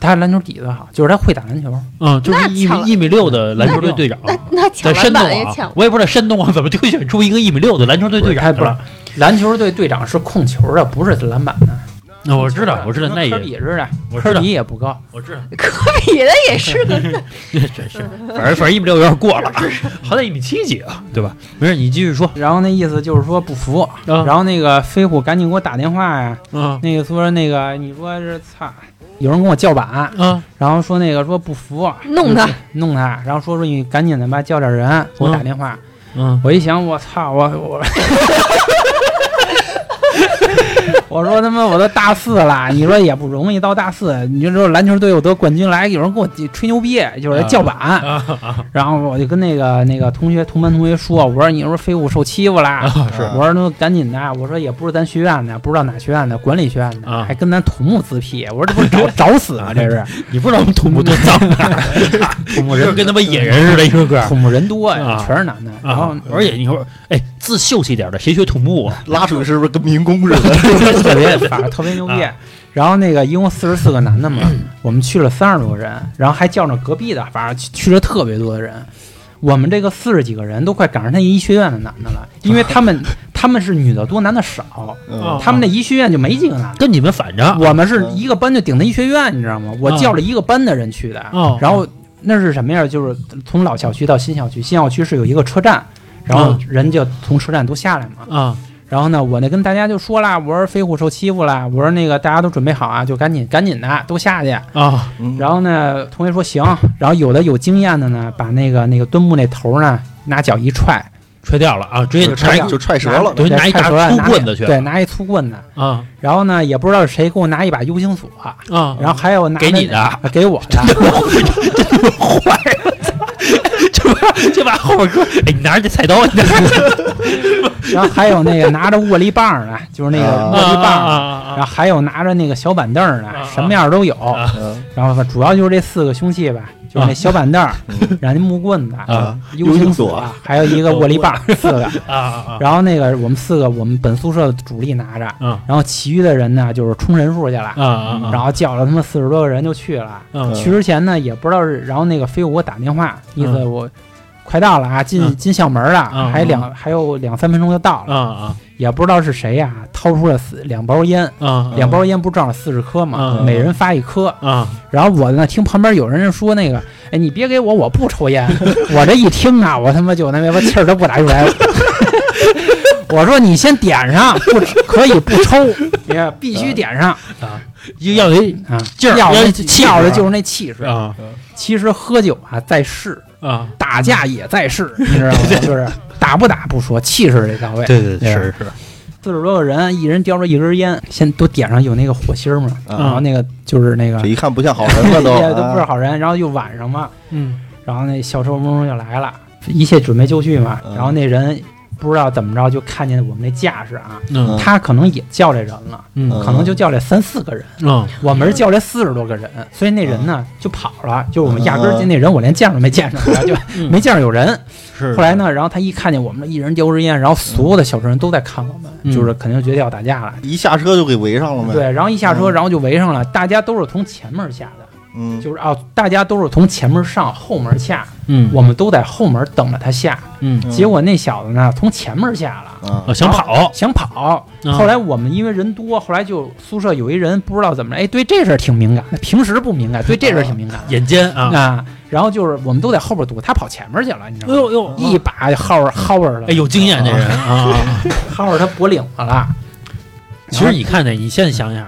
Speaker 5: 他篮球底子好，就是他会打篮球。
Speaker 2: 嗯，就是
Speaker 4: 那
Speaker 2: 一
Speaker 4: 抢
Speaker 2: 米
Speaker 4: 了
Speaker 2: 一米六的篮球队队长。
Speaker 4: 那那抢
Speaker 2: 在
Speaker 4: 篮
Speaker 2: 山东
Speaker 4: 板也抢
Speaker 2: 啊，，我也不知道山东啊怎么就选出一个一米六的篮球队队长去了。
Speaker 5: 篮球队队长是控球的，不是篮板的。
Speaker 2: 那我知道，我知道，那也
Speaker 5: 科比似的，
Speaker 2: 我
Speaker 5: 科
Speaker 2: 知道
Speaker 5: 比，也不高。
Speaker 2: 我知道，
Speaker 4: 科比的也 是个
Speaker 2: 是是是，反正反正一米六有点过 了，好歹一米七几啊，对吧？没事，你继续说。
Speaker 5: 然后那意思就是说不服，
Speaker 2: 嗯
Speaker 5: 然后那个飞虎赶紧给我打电话呀。
Speaker 2: 啊
Speaker 5: 那个说那个哎你说是操，有人跟我叫板，
Speaker 2: 啊
Speaker 5: 然后说那个说不服，嗯
Speaker 2: 嗯
Speaker 4: 弄他，
Speaker 5: 弄他，然后说说你赶紧的吧，叫点人给我打电话。
Speaker 2: 嗯
Speaker 5: 我一想，我操，我我， 我说他妈我都大四了，你说也不容易，到大四，你就说篮球队又得冠军来，有人给我吹牛逼，就是叫板，然后我就跟那个那个同学同班同学说，我说你说飞虎受欺负啦。
Speaker 3: 是
Speaker 5: 我说那赶紧的，啊我说也不是咱学院的，不知道哪学院的，管理学院的，
Speaker 2: 啊
Speaker 5: 还跟咱土木自批，我说这不是 找找死吗？这是
Speaker 2: 你不知道我们土木多脏啊，土木人跟他妈野人似的，一个个。
Speaker 5: 土木人多呀
Speaker 2: 啊，
Speaker 5: 全是男的。然后
Speaker 2: 啊，而且你说，哎，自秀气点的，谁学土木啊？
Speaker 3: 拉出去是不是跟民工似 的？
Speaker 5: 特别反正特别牛逼。
Speaker 2: 啊
Speaker 5: 然后那个一共四十四个男的嘛，
Speaker 2: 嗯
Speaker 5: 我们去了三十多人，然后还叫上隔壁的，反正去去了特别多的人。我们这个四十几个人都快赶上他一学院的男的了，因为 他们他们是女的多，男的少，
Speaker 2: 啊
Speaker 3: 嗯
Speaker 5: 他们那一学院就没几个男的。
Speaker 2: 跟你们反着。
Speaker 5: 我们是一个班就顶他一学院，你知道吗？我
Speaker 2: 啊
Speaker 5: 叫了一个班的人去的，
Speaker 2: 哦
Speaker 5: 然后那是什么呀？就是从老校区到新校区，新校区是有一个车站，然后
Speaker 2: 啊
Speaker 5: 人就从车站都下来嘛。
Speaker 2: 啊
Speaker 5: 然后呢，我呢跟大家就说啦，我说飞虎受欺负啦，我说那个大家都准备好啊，就赶紧赶紧的都下去。
Speaker 2: 啊
Speaker 3: 嗯
Speaker 5: 然后呢，同学说行，然后有的有经验的呢，把那个那个墩木那头呢拿脚一踹，
Speaker 2: 吹掉了啊，直接
Speaker 5: 就
Speaker 2: 拿
Speaker 5: 踹
Speaker 2: 一
Speaker 5: 掉
Speaker 3: 就踹折了，
Speaker 2: 等于
Speaker 5: 对
Speaker 2: 拿一
Speaker 5: 踹
Speaker 2: 大
Speaker 5: 折了
Speaker 2: 粗
Speaker 5: 拿那
Speaker 2: 棍子去
Speaker 5: 对，拿一粗棍子。
Speaker 2: 啊
Speaker 5: 然后呢，也不知道是谁给我拿一把 U 型锁，
Speaker 2: 啊，
Speaker 5: 然后还有拿
Speaker 2: 给你
Speaker 5: 的，
Speaker 2: 的
Speaker 5: 啊给我 的。
Speaker 2: 就把就把后边哥，哎，你拿着这菜刀，你拿着
Speaker 5: 然后还有那个拿着握力棒的，就是那个
Speaker 3: 啊
Speaker 5: 握力棒的。
Speaker 2: 啊
Speaker 5: 然后还有拿着那个小板凳的
Speaker 2: 啊，
Speaker 5: 什么样都有。
Speaker 3: 嗯
Speaker 5: 然后主要就是这四个凶器吧，就是那小板 凳儿
Speaker 3: 嗯，
Speaker 5: 然后那木棍子，
Speaker 2: 啊
Speaker 5: 幽灵
Speaker 3: 幽灵
Speaker 5: 锁
Speaker 3: 锁，
Speaker 5: 还有一个握力棒， 四个。
Speaker 2: 啊啊
Speaker 5: 然后那个我们四个，我们本宿舍的主力拿着，
Speaker 2: 啊
Speaker 5: 然后其余的人呢就是冲人数去了，
Speaker 2: 啊啊
Speaker 5: 然后叫了他妈四十多个人就去了。
Speaker 2: 啊
Speaker 5: 去之前呢也不知道是，然后那个飞虎给我打电话，意
Speaker 2: 啊
Speaker 5: 思我快到了啊，进
Speaker 2: 嗯
Speaker 5: 进校门了，
Speaker 2: 嗯
Speaker 5: 还两还有两三分钟就到了，
Speaker 2: 啊
Speaker 5: 也不知道是谁呀，掏出了四两包烟。
Speaker 2: 啊
Speaker 5: 两包烟不是正好四十颗嘛，
Speaker 2: 嗯
Speaker 5: 每人发一颗。
Speaker 2: 啊
Speaker 5: 然后我呢听旁边有人说那个，哎，你别给我，我不抽烟。 我这一听啊，我他妈就那边气儿都不打出来了。 我说你先点上，不可以不 抽，也必须点上
Speaker 2: 啊！一个要有
Speaker 5: 啊！
Speaker 2: 嗯劲儿
Speaker 5: 要的
Speaker 2: 要气势
Speaker 5: 要的就是那气势。
Speaker 2: 啊
Speaker 5: 其实喝酒啊在试，
Speaker 2: 啊，
Speaker 5: 打架也在试，你知道吗？就是打不打不说，气势得到位。
Speaker 2: 对对
Speaker 5: 对
Speaker 2: 是是
Speaker 5: 四十多个人，一人叼着一根烟，先都点上有那个火星儿嘛，然
Speaker 3: 啊，
Speaker 5: 后那个就是那个
Speaker 3: 这一看不像好人了都
Speaker 5: 也都不是
Speaker 3: 啊。
Speaker 5: 好人，然后又晚上嘛，
Speaker 2: 嗯
Speaker 5: 然后那校车嗡嗡就来了，一切准备就绪嘛。
Speaker 3: 嗯
Speaker 5: 然后那人不知道怎么着，就看见我们那架势啊，
Speaker 2: 嗯
Speaker 5: 他可能也叫这人了，
Speaker 2: 嗯
Speaker 3: 嗯
Speaker 5: 可能就叫这三四个人，
Speaker 2: 嗯
Speaker 5: 我们是叫这四十多个人，
Speaker 3: 啊
Speaker 5: 所以那人呢就跑了，就我们压根儿就那人我连见都没见 着，就
Speaker 2: 嗯
Speaker 5: 没见着有人。
Speaker 2: 是
Speaker 5: 后来呢，然后他一看见我们一人叼根烟，然后所有的小车人都在看我们，
Speaker 2: 嗯
Speaker 5: 就是肯定觉得要打架了。
Speaker 3: 一下车就给围上了呗。
Speaker 5: 对，然后一下车，
Speaker 3: 嗯
Speaker 5: 然后就围上了，大家都是从前面下的，
Speaker 3: 嗯
Speaker 5: 就是啊，大家都是从前门上，后门下，
Speaker 2: 嗯，
Speaker 5: 我们都在后门等着他下。
Speaker 2: 嗯
Speaker 3: 嗯
Speaker 5: 结果那小子呢，从前门下了，
Speaker 3: 啊
Speaker 2: 啊，想跑，
Speaker 5: 想跑。
Speaker 2: 啊
Speaker 5: 后来我们因为人多，后来就宿舍有一人不知道怎么着，哎，对这事儿挺敏感的，平时不敏感，对这事儿挺敏感
Speaker 2: 眼尖
Speaker 5: 的
Speaker 2: 啊，
Speaker 5: 啊。然后就是我们都在后边堵，他跑前面去了，你知
Speaker 2: 哎
Speaker 5: 道吗？
Speaker 2: 呦呦，
Speaker 5: 一把薅着薅着了，
Speaker 2: 哎，有经验这人 啊。
Speaker 5: 薅着他脖领子了。
Speaker 2: 其实你看那，你现在想想，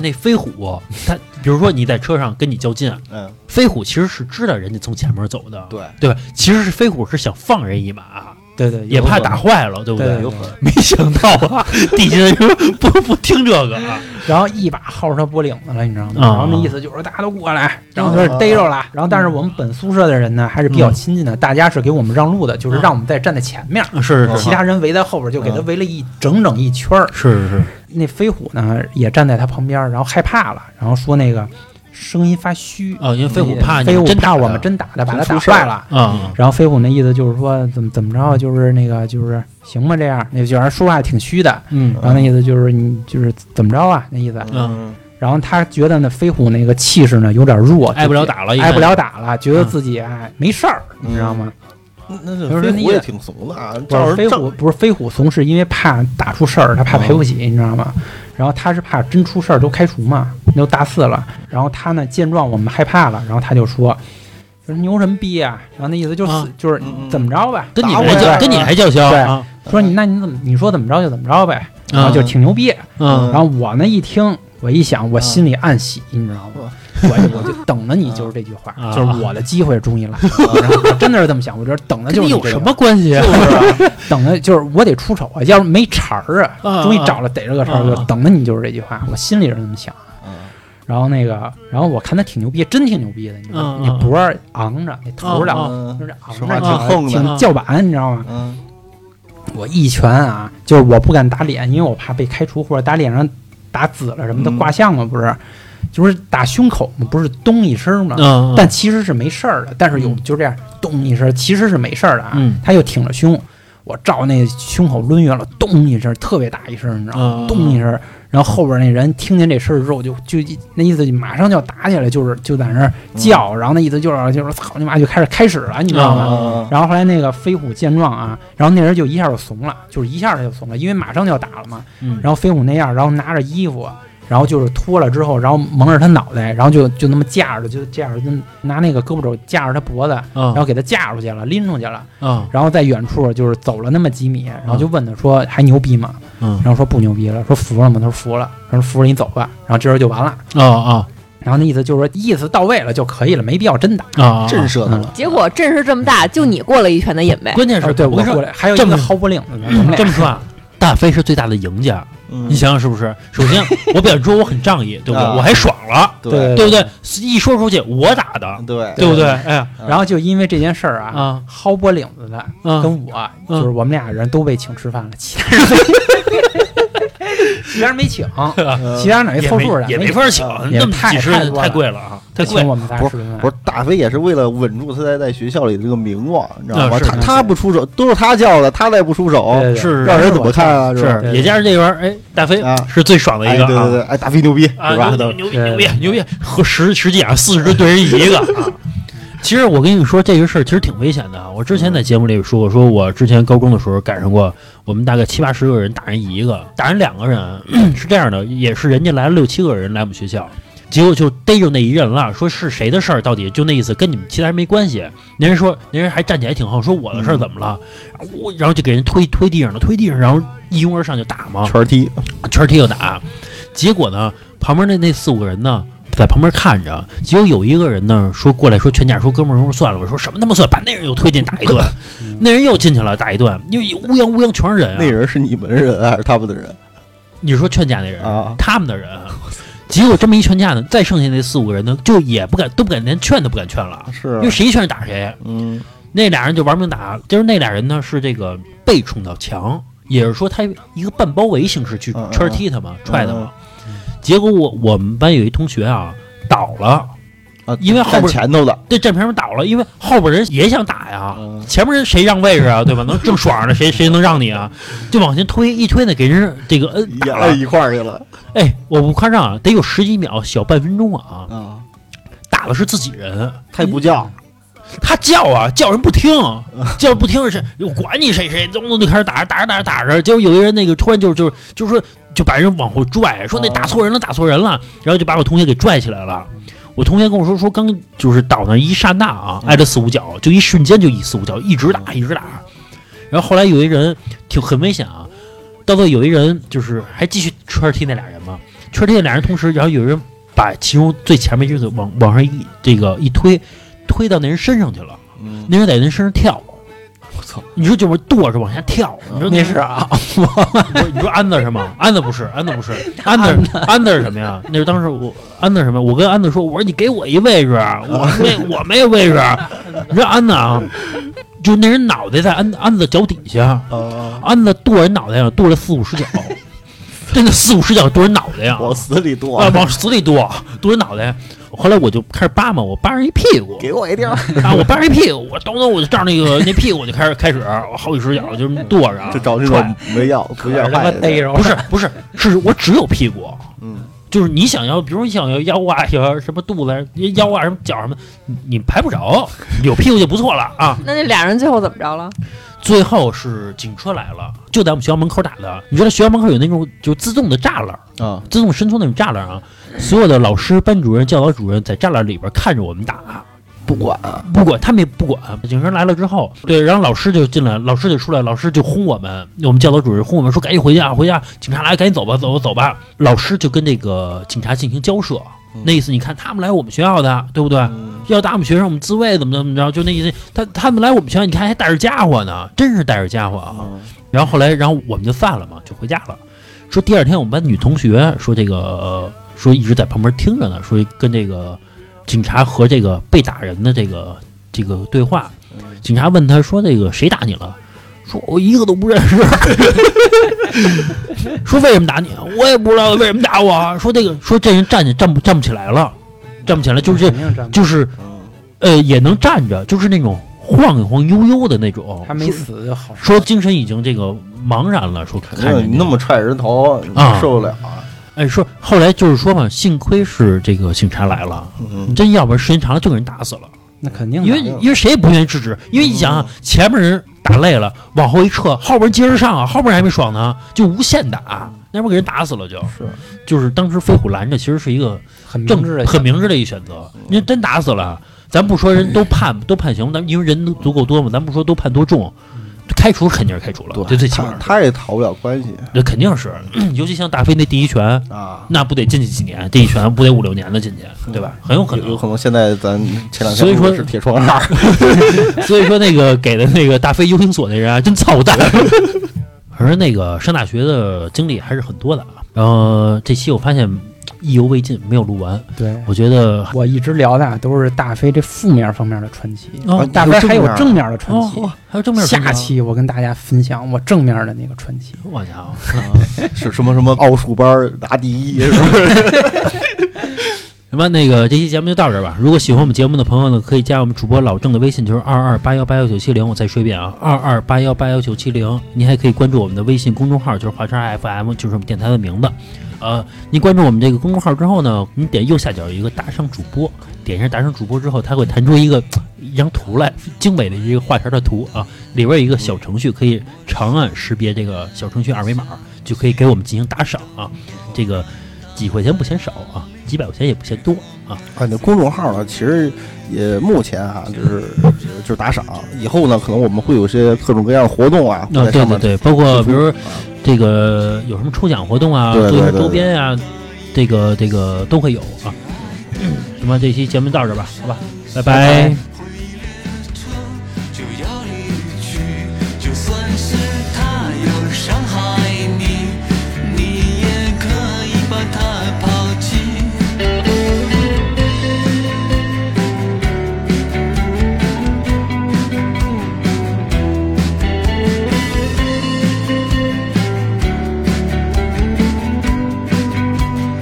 Speaker 2: 那飞虎，他比如说你在车上跟你较劲，啊
Speaker 3: 嗯，
Speaker 2: 飞虎其实是知道人家从前面走的，
Speaker 3: 对
Speaker 2: 对吧？其实是飞虎是想放人一马，啊
Speaker 5: 对对，
Speaker 2: 也
Speaker 5: 有
Speaker 2: 怕打坏了，对不
Speaker 5: 对
Speaker 3: 有可能
Speaker 2: 没想到啊，底下的人不不听这个 啊，
Speaker 5: 然后一把薅着他脖领子了，你知道吗？
Speaker 2: 啊
Speaker 5: 然后那意思就是大家都过来，然后就是逮着了。然后但是我们本宿舍的人呢，还是比较
Speaker 2: 嗯
Speaker 5: 亲近的，大家是给我们让路的，就是让我们在站在前面，
Speaker 2: 啊是是
Speaker 5: 其他人围在后边，就给他
Speaker 3: 嗯
Speaker 5: 围了一整整一圈儿。
Speaker 2: 是是是，
Speaker 5: 那飞虎呢也站在他旁边，然后害怕了，然后说那个声音发虚，
Speaker 2: 啊，因为飞虎怕你
Speaker 5: 飞虎
Speaker 2: 真
Speaker 5: 怕
Speaker 2: 打
Speaker 5: 我们
Speaker 2: 他
Speaker 5: 真打他，把他
Speaker 3: 真
Speaker 5: 打
Speaker 3: 出事儿
Speaker 5: 坏了。
Speaker 2: 啊，
Speaker 5: 然后飞虎那意思就是说怎么怎么着，啊就是那个就是行吗？这样，那就是说话挺虚的。
Speaker 2: 嗯
Speaker 5: 然后那意思就是你就是怎么着啊？那意思。
Speaker 2: 嗯，
Speaker 5: 然后他觉得那飞虎那个气势呢有点弱，
Speaker 2: 挨不了，打了，
Speaker 5: 挨不了打了，觉
Speaker 2: 嗯
Speaker 5: 得自己哎没事儿，你知道吗？
Speaker 3: 那那
Speaker 5: 就是
Speaker 3: 飞
Speaker 5: 那
Speaker 3: 虎
Speaker 5: 个
Speaker 3: 也挺怂的啊，
Speaker 5: 不
Speaker 3: 照
Speaker 5: 是
Speaker 3: 着
Speaker 5: 飞
Speaker 3: 照
Speaker 5: 虎，不是飞虎怂，是因为怕打出事儿，他怕赔不
Speaker 2: 嗯
Speaker 5: 起，你知道吗？然后他是怕真出事儿都开除嘛，那都大四了。然后他呢见状我们害怕了，然后他就说：“就是牛什么逼啊！”然后那意思就是、
Speaker 2: 啊
Speaker 5: 就是
Speaker 3: 嗯嗯
Speaker 5: 怎么着呗，
Speaker 2: 跟你
Speaker 3: 打我
Speaker 2: 还叫
Speaker 3: 呀
Speaker 2: 跟你还叫嚣
Speaker 5: 对
Speaker 2: 啊，
Speaker 5: 说你那你怎么你说怎么着就怎么着呗，然后就挺牛逼。
Speaker 2: 嗯
Speaker 5: 然后我呢一听，我一想，我心里暗喜，你知道吗？我我 就等着你就是这句话
Speaker 2: 啊，
Speaker 5: 就是我的机会终于来了。然后我真的是这么想，我觉得等的
Speaker 2: 跟
Speaker 5: 就是
Speaker 2: 你
Speaker 5: 这
Speaker 2: 有
Speaker 5: 个
Speaker 2: 什么关系啊？
Speaker 5: 等的就是我得出丑啊，要是没茬儿
Speaker 2: 啊
Speaker 5: 啊，终于找了逮着个茬
Speaker 2: 啊
Speaker 5: 儿，就等着你就是这句话，我心里是这么想。然后那个，然后我看他挺牛逼，真挺牛逼的，你知道吗？
Speaker 2: 嗯嗯
Speaker 5: 那脖儿昂着，那头儿
Speaker 2: 啊
Speaker 5: 两
Speaker 3: 嗯
Speaker 5: 就是昂
Speaker 3: 说话
Speaker 5: 着，
Speaker 3: 挺横的
Speaker 5: 挺叫板，你知道吗？
Speaker 3: 嗯
Speaker 5: 我一拳啊，就是我不敢打脸，因为我怕被开除或者打脸上打紫了什么的
Speaker 3: 嗯
Speaker 5: 卦象嘛，不是，就是打胸口嘛，不是咚一声嘛，
Speaker 2: 嗯，
Speaker 5: 但其实是没事儿的，但是有
Speaker 2: 嗯
Speaker 5: 就这样咚一声，其实是没事儿的啊，
Speaker 2: 嗯
Speaker 5: 他就挺着胸，我照那胸口抡圆了，咚一声，特别大一声，你知道吗？
Speaker 2: 嗯
Speaker 5: 咚一声，然后后边那人听见这声儿之后就，就那意思就马上就要打起来，就是就在那儿叫，
Speaker 2: 嗯
Speaker 5: 然后那意思就是就是操你妈就开始开始了，你知道吗？
Speaker 3: 啊
Speaker 5: 然后后来那个飞虎见状啊，然后那人就一下就怂了，就是一下他就怂了，因为马上就要打了嘛。
Speaker 2: 嗯
Speaker 5: 然后飞虎那样，然后拿着衣服，然后就是脱了之后，然后蒙着他脑袋，然后就就那么架着，就这样就拿那个胳膊肘架着他脖子，
Speaker 3: 嗯
Speaker 5: 然后
Speaker 2: 啊
Speaker 5: 给他架出去了，拎出去了。
Speaker 2: 啊
Speaker 5: 然后在远处就是走了那么几米，然后就问他说还牛逼吗？
Speaker 2: 嗯
Speaker 5: 然后说不牛逼了，说服了吗？他说服了，他说服了你走吧。然后这人就完了。
Speaker 2: 啊啊
Speaker 5: 然后那意思就是说意思到位了就可以了，没必要真打。
Speaker 2: 啊！
Speaker 3: 震慑他了，
Speaker 4: 结果阵势这么大，就你过了一拳的瘾呗。
Speaker 2: 关键是
Speaker 5: 哦，对
Speaker 2: 我
Speaker 5: 我
Speaker 2: 跟你
Speaker 5: 过
Speaker 2: 说，
Speaker 5: 来还有一
Speaker 2: 这么
Speaker 5: 个薅脖领子 呢，我们俩
Speaker 2: 这么说啊，大飞是最大的赢家，
Speaker 3: 嗯
Speaker 2: 你想想是不是？首 先，我表现出我很仗义，对不对？
Speaker 3: 啊
Speaker 2: 我还爽了，
Speaker 5: 对
Speaker 2: 对不对？一说出去我打的，
Speaker 3: 啊对
Speaker 2: 对不对？哎呀
Speaker 5: 然后就因为这件事儿啊，
Speaker 2: 啊
Speaker 5: 薅脖领子的
Speaker 2: 啊！
Speaker 5: 跟我
Speaker 2: 嗯
Speaker 5: 就是我们俩人都被请吃饭了，其他人没， 其他人没请，
Speaker 3: 嗯
Speaker 5: 其他人等于
Speaker 2: 也
Speaker 5: 凑数啊
Speaker 2: 没
Speaker 5: 的，
Speaker 2: 也
Speaker 5: 没
Speaker 2: 没法请，
Speaker 3: 嗯
Speaker 2: 那么
Speaker 5: 太
Speaker 2: 几十
Speaker 5: 太
Speaker 2: 人
Speaker 5: 多
Speaker 2: 太
Speaker 5: 了
Speaker 2: 贵了啊，太
Speaker 5: 就
Speaker 2: 贵
Speaker 5: 请。我们仨吃顿
Speaker 3: 不
Speaker 5: 饭。
Speaker 3: 是大飞也是为了稳住他在在学校里的这个名望，你知道吗？
Speaker 2: 啊是
Speaker 3: 他
Speaker 5: 是
Speaker 3: 他不出手，都是他叫的，他再不出手，
Speaker 5: 对对对
Speaker 2: 是
Speaker 3: 让人怎么看啊？
Speaker 2: 是
Speaker 3: 是吧？
Speaker 5: 对
Speaker 2: 也加上这玩意儿，哎，大飞
Speaker 3: 啊
Speaker 2: 是最爽的
Speaker 3: 哎，
Speaker 2: 一个
Speaker 3: 对对对，哎，大飞牛逼，
Speaker 2: 啊
Speaker 3: 是
Speaker 2: 啊！
Speaker 3: 吧？
Speaker 2: 牛牛逼
Speaker 5: 对
Speaker 2: 牛逼牛逼，和十十几啊，四十吨对人一个啊！ 其实我跟你说，这个事儿其实挺危险的啊。我之前在节目里说过，说我之前高中的时候赶上过，我们大概七八十个人打人一个，打人两个人是这样的，也是人家来了六七个人来我们学校，结果就逮着那一人了，说是谁的事儿，到底就那意思，跟你们其他人没关系。那人说，那人还站起来挺横，说我的事
Speaker 3: 嗯
Speaker 2: 儿怎么了？我然后就给人推推地上了，推地上，然后一拥而上就打嘛，
Speaker 3: 圈踢，
Speaker 2: 圈踢就打。结果呢，旁边那那四五个人呢，在旁边看着。结果有一个人呢说过来说劝架，说哥们儿，说算了吧，说什么他妈算，把那人又推进打 一顿，那人又进去了打一顿，因为乌泱乌泱全是人、啊。
Speaker 3: 那人是你们的人啊还是他们的人
Speaker 2: 你说劝架那人，
Speaker 3: 啊？
Speaker 2: 他们的人。结果这么一劝架呢，再剩下那四五个人呢，就也不敢，都不敢，连劝都不敢劝了，
Speaker 3: 是啊
Speaker 2: 因为，谁劝打谁。
Speaker 3: 嗯
Speaker 2: 那俩人就玩命打，就是那俩人呢是这个背冲到墙，也是说他一个半包围形式去
Speaker 3: 嗯嗯
Speaker 2: 圈踢他嘛，踹他嘛。
Speaker 3: 嗯
Speaker 2: 结果我我们班有一同学啊倒了，
Speaker 3: 啊，
Speaker 2: 因为后
Speaker 3: 站
Speaker 2: 边
Speaker 3: 前头的，
Speaker 2: 对站前面倒了，因为后边人也想打呀，
Speaker 3: 嗯
Speaker 2: 前面人谁让位置啊，对吧？能正爽 呢，谁谁能让你啊？就往前推，一推呢给人这个摁
Speaker 3: 也
Speaker 2: 打
Speaker 3: 摁
Speaker 2: 了，
Speaker 3: 一块儿去了
Speaker 2: 哎，我不夸张啊，得有十几秒，小半分钟啊，
Speaker 3: 啊！
Speaker 2: 打打的是自己人，
Speaker 3: 他也不叫，
Speaker 2: 他叫啊，叫人不听，叫不听是，我管你谁谁，咚咚就开始打着打着打着打着，结果有一个人那个突然就是就是就是说就把人往后拽，说那打错人了打错人了，然后就把我同学给拽起来了。我同学跟我说说刚就是倒那一刹那啊，挨着四五脚，就一瞬间就一四五脚，一直打一直打。然后后来有一人挺很危险啊，到最后有一人就是还继续圈踢那俩人嘛，圈踢那俩人同时，然后有人把其中最前面一个往往上一这个一推，推到那人身上去了，
Speaker 3: 嗯，
Speaker 2: 那人在那身上跳，
Speaker 3: 我操，
Speaker 2: 你说就是跺着往下跳，你说
Speaker 5: 那是 啊，
Speaker 2: 不是你说安子是吗？安子不是，安子不是，安子安子是什么呀？那是当时我安子是什么？我跟安子说，我说你给我一位置，我没我没有位置。你知道安子啊，就那人脑袋在安安子的脚底下，
Speaker 3: 啊，
Speaker 2: 安子跺人脑袋上跺了四五十脚，真的四五十脚跺人脑袋呀，
Speaker 3: 往死里剁
Speaker 2: 啊，，往死里跺跺人脑袋。后来我就开始扒嘛，我扒人一屁股，
Speaker 3: 给我一地儿，
Speaker 2: 啊，我扒人一屁股，我咚咚我就照那个那屁股就开始开始，我好几十脚就这么跺着啊，
Speaker 3: 就找这
Speaker 2: 踹
Speaker 3: 种没要不要
Speaker 5: 他妈
Speaker 3: 坏
Speaker 5: 逮
Speaker 3: 的，
Speaker 5: 着我
Speaker 2: 不是不是，是我只有屁股，
Speaker 3: 嗯，
Speaker 2: 就是你想要，比如你想要腰啊，要什么肚子、腰啊、什么脚什么，你你排不着，有屁股就不错了啊。
Speaker 4: 那那俩人最后怎么着了？
Speaker 2: 最后是警车来了，就在我们学校门口打的。你知道学校门口有那种就自动的栅栏，
Speaker 3: 啊，
Speaker 2: 自动伸缩那种栅栏啊，所有的老师、班主任、教导主任在栅栏里边看着我们打。啊
Speaker 3: 不管，
Speaker 2: 不管他们也不管，警察来了之后，对，然后老师就进来，老师就出来，老师就轰我们，我们教导主任轰我们说赶紧回家，啊回家，警察来，赶紧走吧，走吧，走吧。老师就跟这个警察进行交涉，那意思你看他们来我们学校的，对不对？
Speaker 3: 嗯
Speaker 2: 要打我们学生，我们自卫怎么怎么着，就那意思。他他们来我们学校，你看还带着家伙呢，真是带着家伙啊。然后后来，然后我们就散了嘛，就回家了。说第二天我们班女同学说这个、呃说一直在旁边听着呢，说跟这个警察和这个被打人的这个这个对话。警察问他说这个谁打你了？说我一个都不认识。 说为什么打你？我也不知道为什么打我。说这个说这人站起站不站不起来了，站不起来就是这
Speaker 5: 肯定站不
Speaker 2: 就是呃也能站着，就是那种晃一晃悠悠的那种。
Speaker 5: 他没死就好
Speaker 2: 说精神已经这个茫然了，说看
Speaker 3: 肯定
Speaker 2: 着
Speaker 3: 你那么踹人头，你
Speaker 2: 啊
Speaker 3: 受得了啊，
Speaker 2: 哎，说后来就是说嘛，幸亏是这个警察来了，
Speaker 3: 嗯，
Speaker 2: 真要不然时间长了就给人打死了，
Speaker 5: 那肯定
Speaker 2: 因为因为谁也不愿意制止，因为你想啊，
Speaker 3: 嗯
Speaker 2: 前面人打累了，往后一撤，后边接着上啊，后边还没爽呢，就无限打，那边给人打死了就，
Speaker 3: 嗯是，
Speaker 2: 就是当时飞虎拦着，其实是一个
Speaker 5: 很明
Speaker 2: 正
Speaker 5: 智的
Speaker 2: 嗯很明智的一选择，因为真打死了，咱不说人都判都判刑，咱因为人都足够多嘛，咱不说都判多重，开除肯定是开除了，这最起
Speaker 3: 他
Speaker 2: 码的
Speaker 3: 他也逃不了关系
Speaker 2: 这肯定是， 尤其像大飞那第一拳，
Speaker 3: 啊，
Speaker 2: 那不得进去几年？这一拳不得五六年的进去，对吧？嗯很有可
Speaker 3: 有有
Speaker 2: 能。
Speaker 3: 可能现在咱前两天
Speaker 2: 所以说
Speaker 3: 录的是铁窗 二，
Speaker 2: 所以说那个给的那个大飞幽灵所那人啊，真操蛋。 反正那个上大学的经历还是很多的啊。然后这期我发现意犹未尽，没有录完。
Speaker 6: 对
Speaker 2: 我觉得
Speaker 6: 我一直聊的啊都是大飞这负面方面的传奇，
Speaker 2: 哦
Speaker 6: 大飞还有正面的传
Speaker 2: 哦，
Speaker 6: 奇。
Speaker 2: 嚯还有正面传奇
Speaker 6: 下
Speaker 2: 啊
Speaker 6: 期我跟大家分享我正面的那个传奇。
Speaker 2: 我家伙。
Speaker 3: 是什么什么奥数班儿拿第一，是不是？
Speaker 2: 那么那个这期节目就到这儿吧。如果喜欢我们节目的朋友呢，可以加我们主播老郑的微信，就是二二八幺八幺九七零。我再说一遍啊，二二八幺八幺九七零。您还可以关注我们的微信公众号，就是华沙 FM，就是我们电台的名字。呃，您关注我们这个公众号之后呢，你点右下角有一个打赏主播，点一下打赏主播之后，它会弹出一个 一张图来，精美的一个画圈的图啊，里边有一个小程序，可以长按识别这个小程序二维码，就可以给我们进行打赏啊。这个几块钱不嫌少啊，几百块钱也不嫌多啊。
Speaker 3: 啊，那公众号呢，其实也目前啊，就是就是打赏，以后呢，可能我们会有些各种各样的活动啊，
Speaker 2: 啊，
Speaker 3: 会在
Speaker 2: 对
Speaker 3: 上
Speaker 2: 对
Speaker 3: 面
Speaker 2: 对，包括
Speaker 3: 做出
Speaker 2: 比如这个有什么抽奖活动啊，
Speaker 3: 对
Speaker 2: 做
Speaker 3: 对
Speaker 2: 一些
Speaker 3: 对
Speaker 2: 周边啊，这个这个都会有啊。那么这期节目到这儿吧，好吧，拜拜
Speaker 7: 回忆的船就要离去，就算是他要伤害你，你也可以把他抛弃。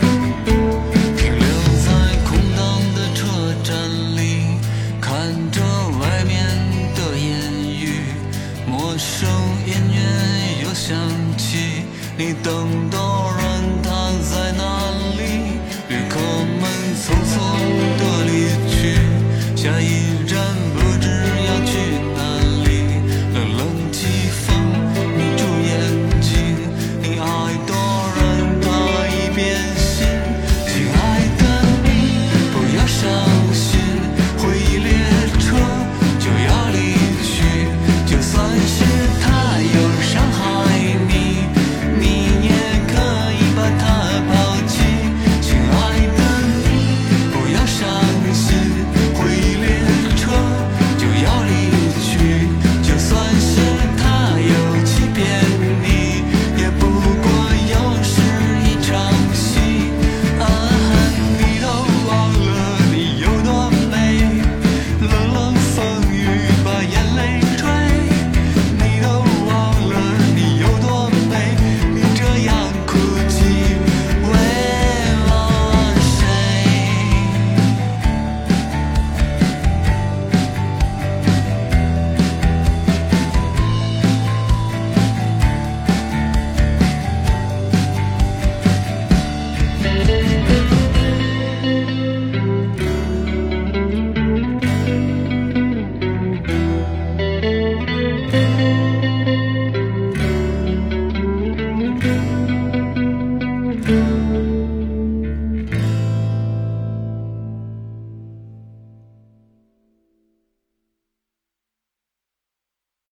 Speaker 7: 停留在空荡的车站里，看着外面的烟雨，陌生音乐又响起，你等到啊啊